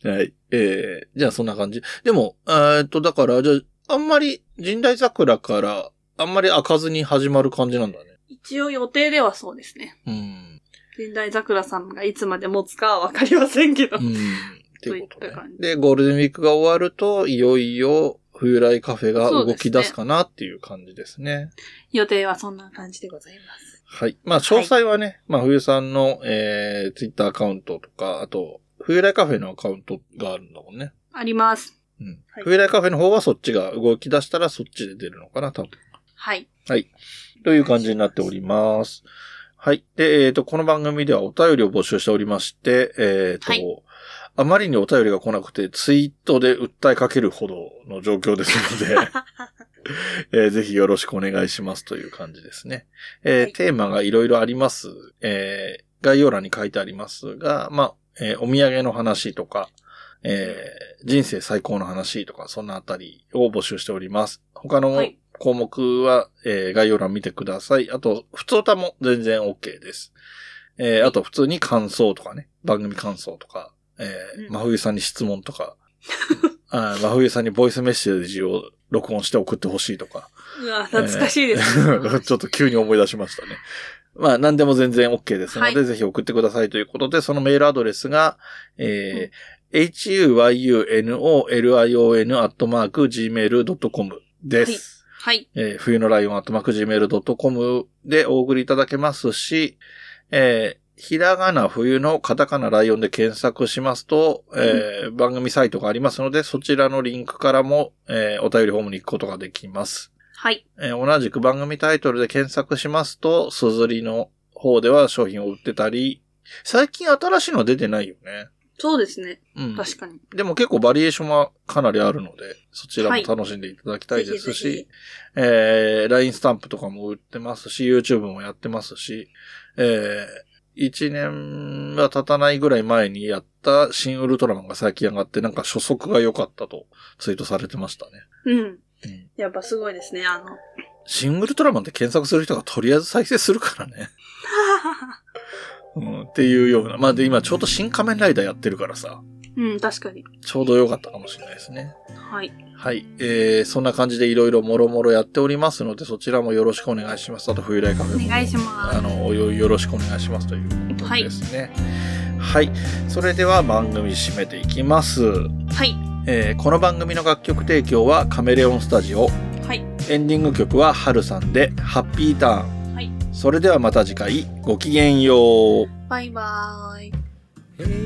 Speaker 1: はい。えー、じゃあそんな感じ。でも、えーっと、だから、じゃあ、あんまり、神代桜から、あんまり開かずに始まる感じなんだね。
Speaker 2: 一応予定ではそうですね。
Speaker 1: うん。
Speaker 2: 神代桜さんがいつまで持つかはわかりませんけど。
Speaker 1: うん。っていうこと
Speaker 2: といった
Speaker 1: ね
Speaker 2: 感。じ
Speaker 1: で、ゴールデンウィークが終わると、いよいよ、冬来カフェが動き出すかなっていう感じですね。
Speaker 2: 予定はそんな感じでございます。
Speaker 1: はい。まあ、詳細はね、まあ、冬さんの、えー、ツイッターアカウントとか、あと、冬来カフェのアカウントがあるんだもんね。
Speaker 2: あります。
Speaker 1: うん。
Speaker 2: はい
Speaker 1: 冬来カフェの方はそっちが動き出したらそっちで出るのかな、多分。
Speaker 2: はい。
Speaker 1: という感じになっております。はい。で、えっ、と、この番組ではお便りを募集しておりまして、えっ、と、
Speaker 2: はい
Speaker 1: あまりにお便りが来なくて、ツイートで訴えかけるほどの状況ですの で、えーぜひよろしくお願いしますという感じですね。えー
Speaker 2: はい
Speaker 1: テーマがいろいろあります。えー概要欄に書いてありますが、まあ、えーお土産の話とか、えー人生最高の話とか、そんなあたりを募集しております。他の
Speaker 2: はい
Speaker 1: 項目は、えー概要欄見てください。あと、普通歌も全然 OK です。えーあと、普通に感想とかね、番組感想とか、えー
Speaker 2: うん
Speaker 1: 真冬さんに質問とか、 あー真冬さんにボイスメッセージを録音して送ってほしいとか、
Speaker 2: うわ、懐かしいです。
Speaker 1: ちょっと急に思い出しましたね。まあ、何でも全然 OK ですので、
Speaker 2: は
Speaker 1: ぜひ送ってくださいということで、そのメールアドレスが、えー huyunolion.gmail.com です。
Speaker 2: はい。
Speaker 1: えー冬のライオン .gmail.com でお送りいただけますし、えーひらがな冬のカタカナライオンで検索しますと、えー番組サイトがありますので、そちらのリンクからも、えーお便りフォームに行くことができます。
Speaker 2: はい。
Speaker 1: えー同じく番組タイトルで検索しますと、すずりの方では商品を売ってたり、最近新しいのは出てないよね。
Speaker 2: そうですね。
Speaker 1: うん。
Speaker 2: 確かに。
Speaker 1: でも結構バリエーションはかなりあるので、そちらも楽しんでいただきたいですし、
Speaker 2: はいぜ
Speaker 1: えー、LINE スタンプとかも売ってますし、YouTube もやってますし、えー、1年は経たないぐらい前にやった新ウルトラマンが最近上がって、なんか初速が良かったとツイートされてましたね。
Speaker 2: うん
Speaker 1: うん。
Speaker 2: やっぱすごいですね。あの、
Speaker 1: 新ウルトラマンって検索する人がとりあえず再生するからね。うん、っていうような。まあで今ちょうど新仮面ライダーやってるからさ、
Speaker 2: うん、確かに。
Speaker 1: ちょうど良かったかもしれないですね。
Speaker 2: はい。
Speaker 1: はい。えー、そんな感じでいろいろもろもろやっておりますので、そちらもよろしくお願いします。あと、冬来カフェ
Speaker 2: お
Speaker 1: も、
Speaker 2: 願いし
Speaker 1: あ
Speaker 2: ま
Speaker 1: の、よよろしくお願いしますということですね。はい。それでは番組締めていきます。
Speaker 2: す。はい。
Speaker 1: えー、この番組の楽曲提供はカメレオンスタジオ。
Speaker 2: はい。
Speaker 1: エンディング曲はハルさんで、ハッピーターン。
Speaker 2: はい
Speaker 1: それではまた次回、ごきげんよう。
Speaker 2: バイバーイ。
Speaker 4: Hey,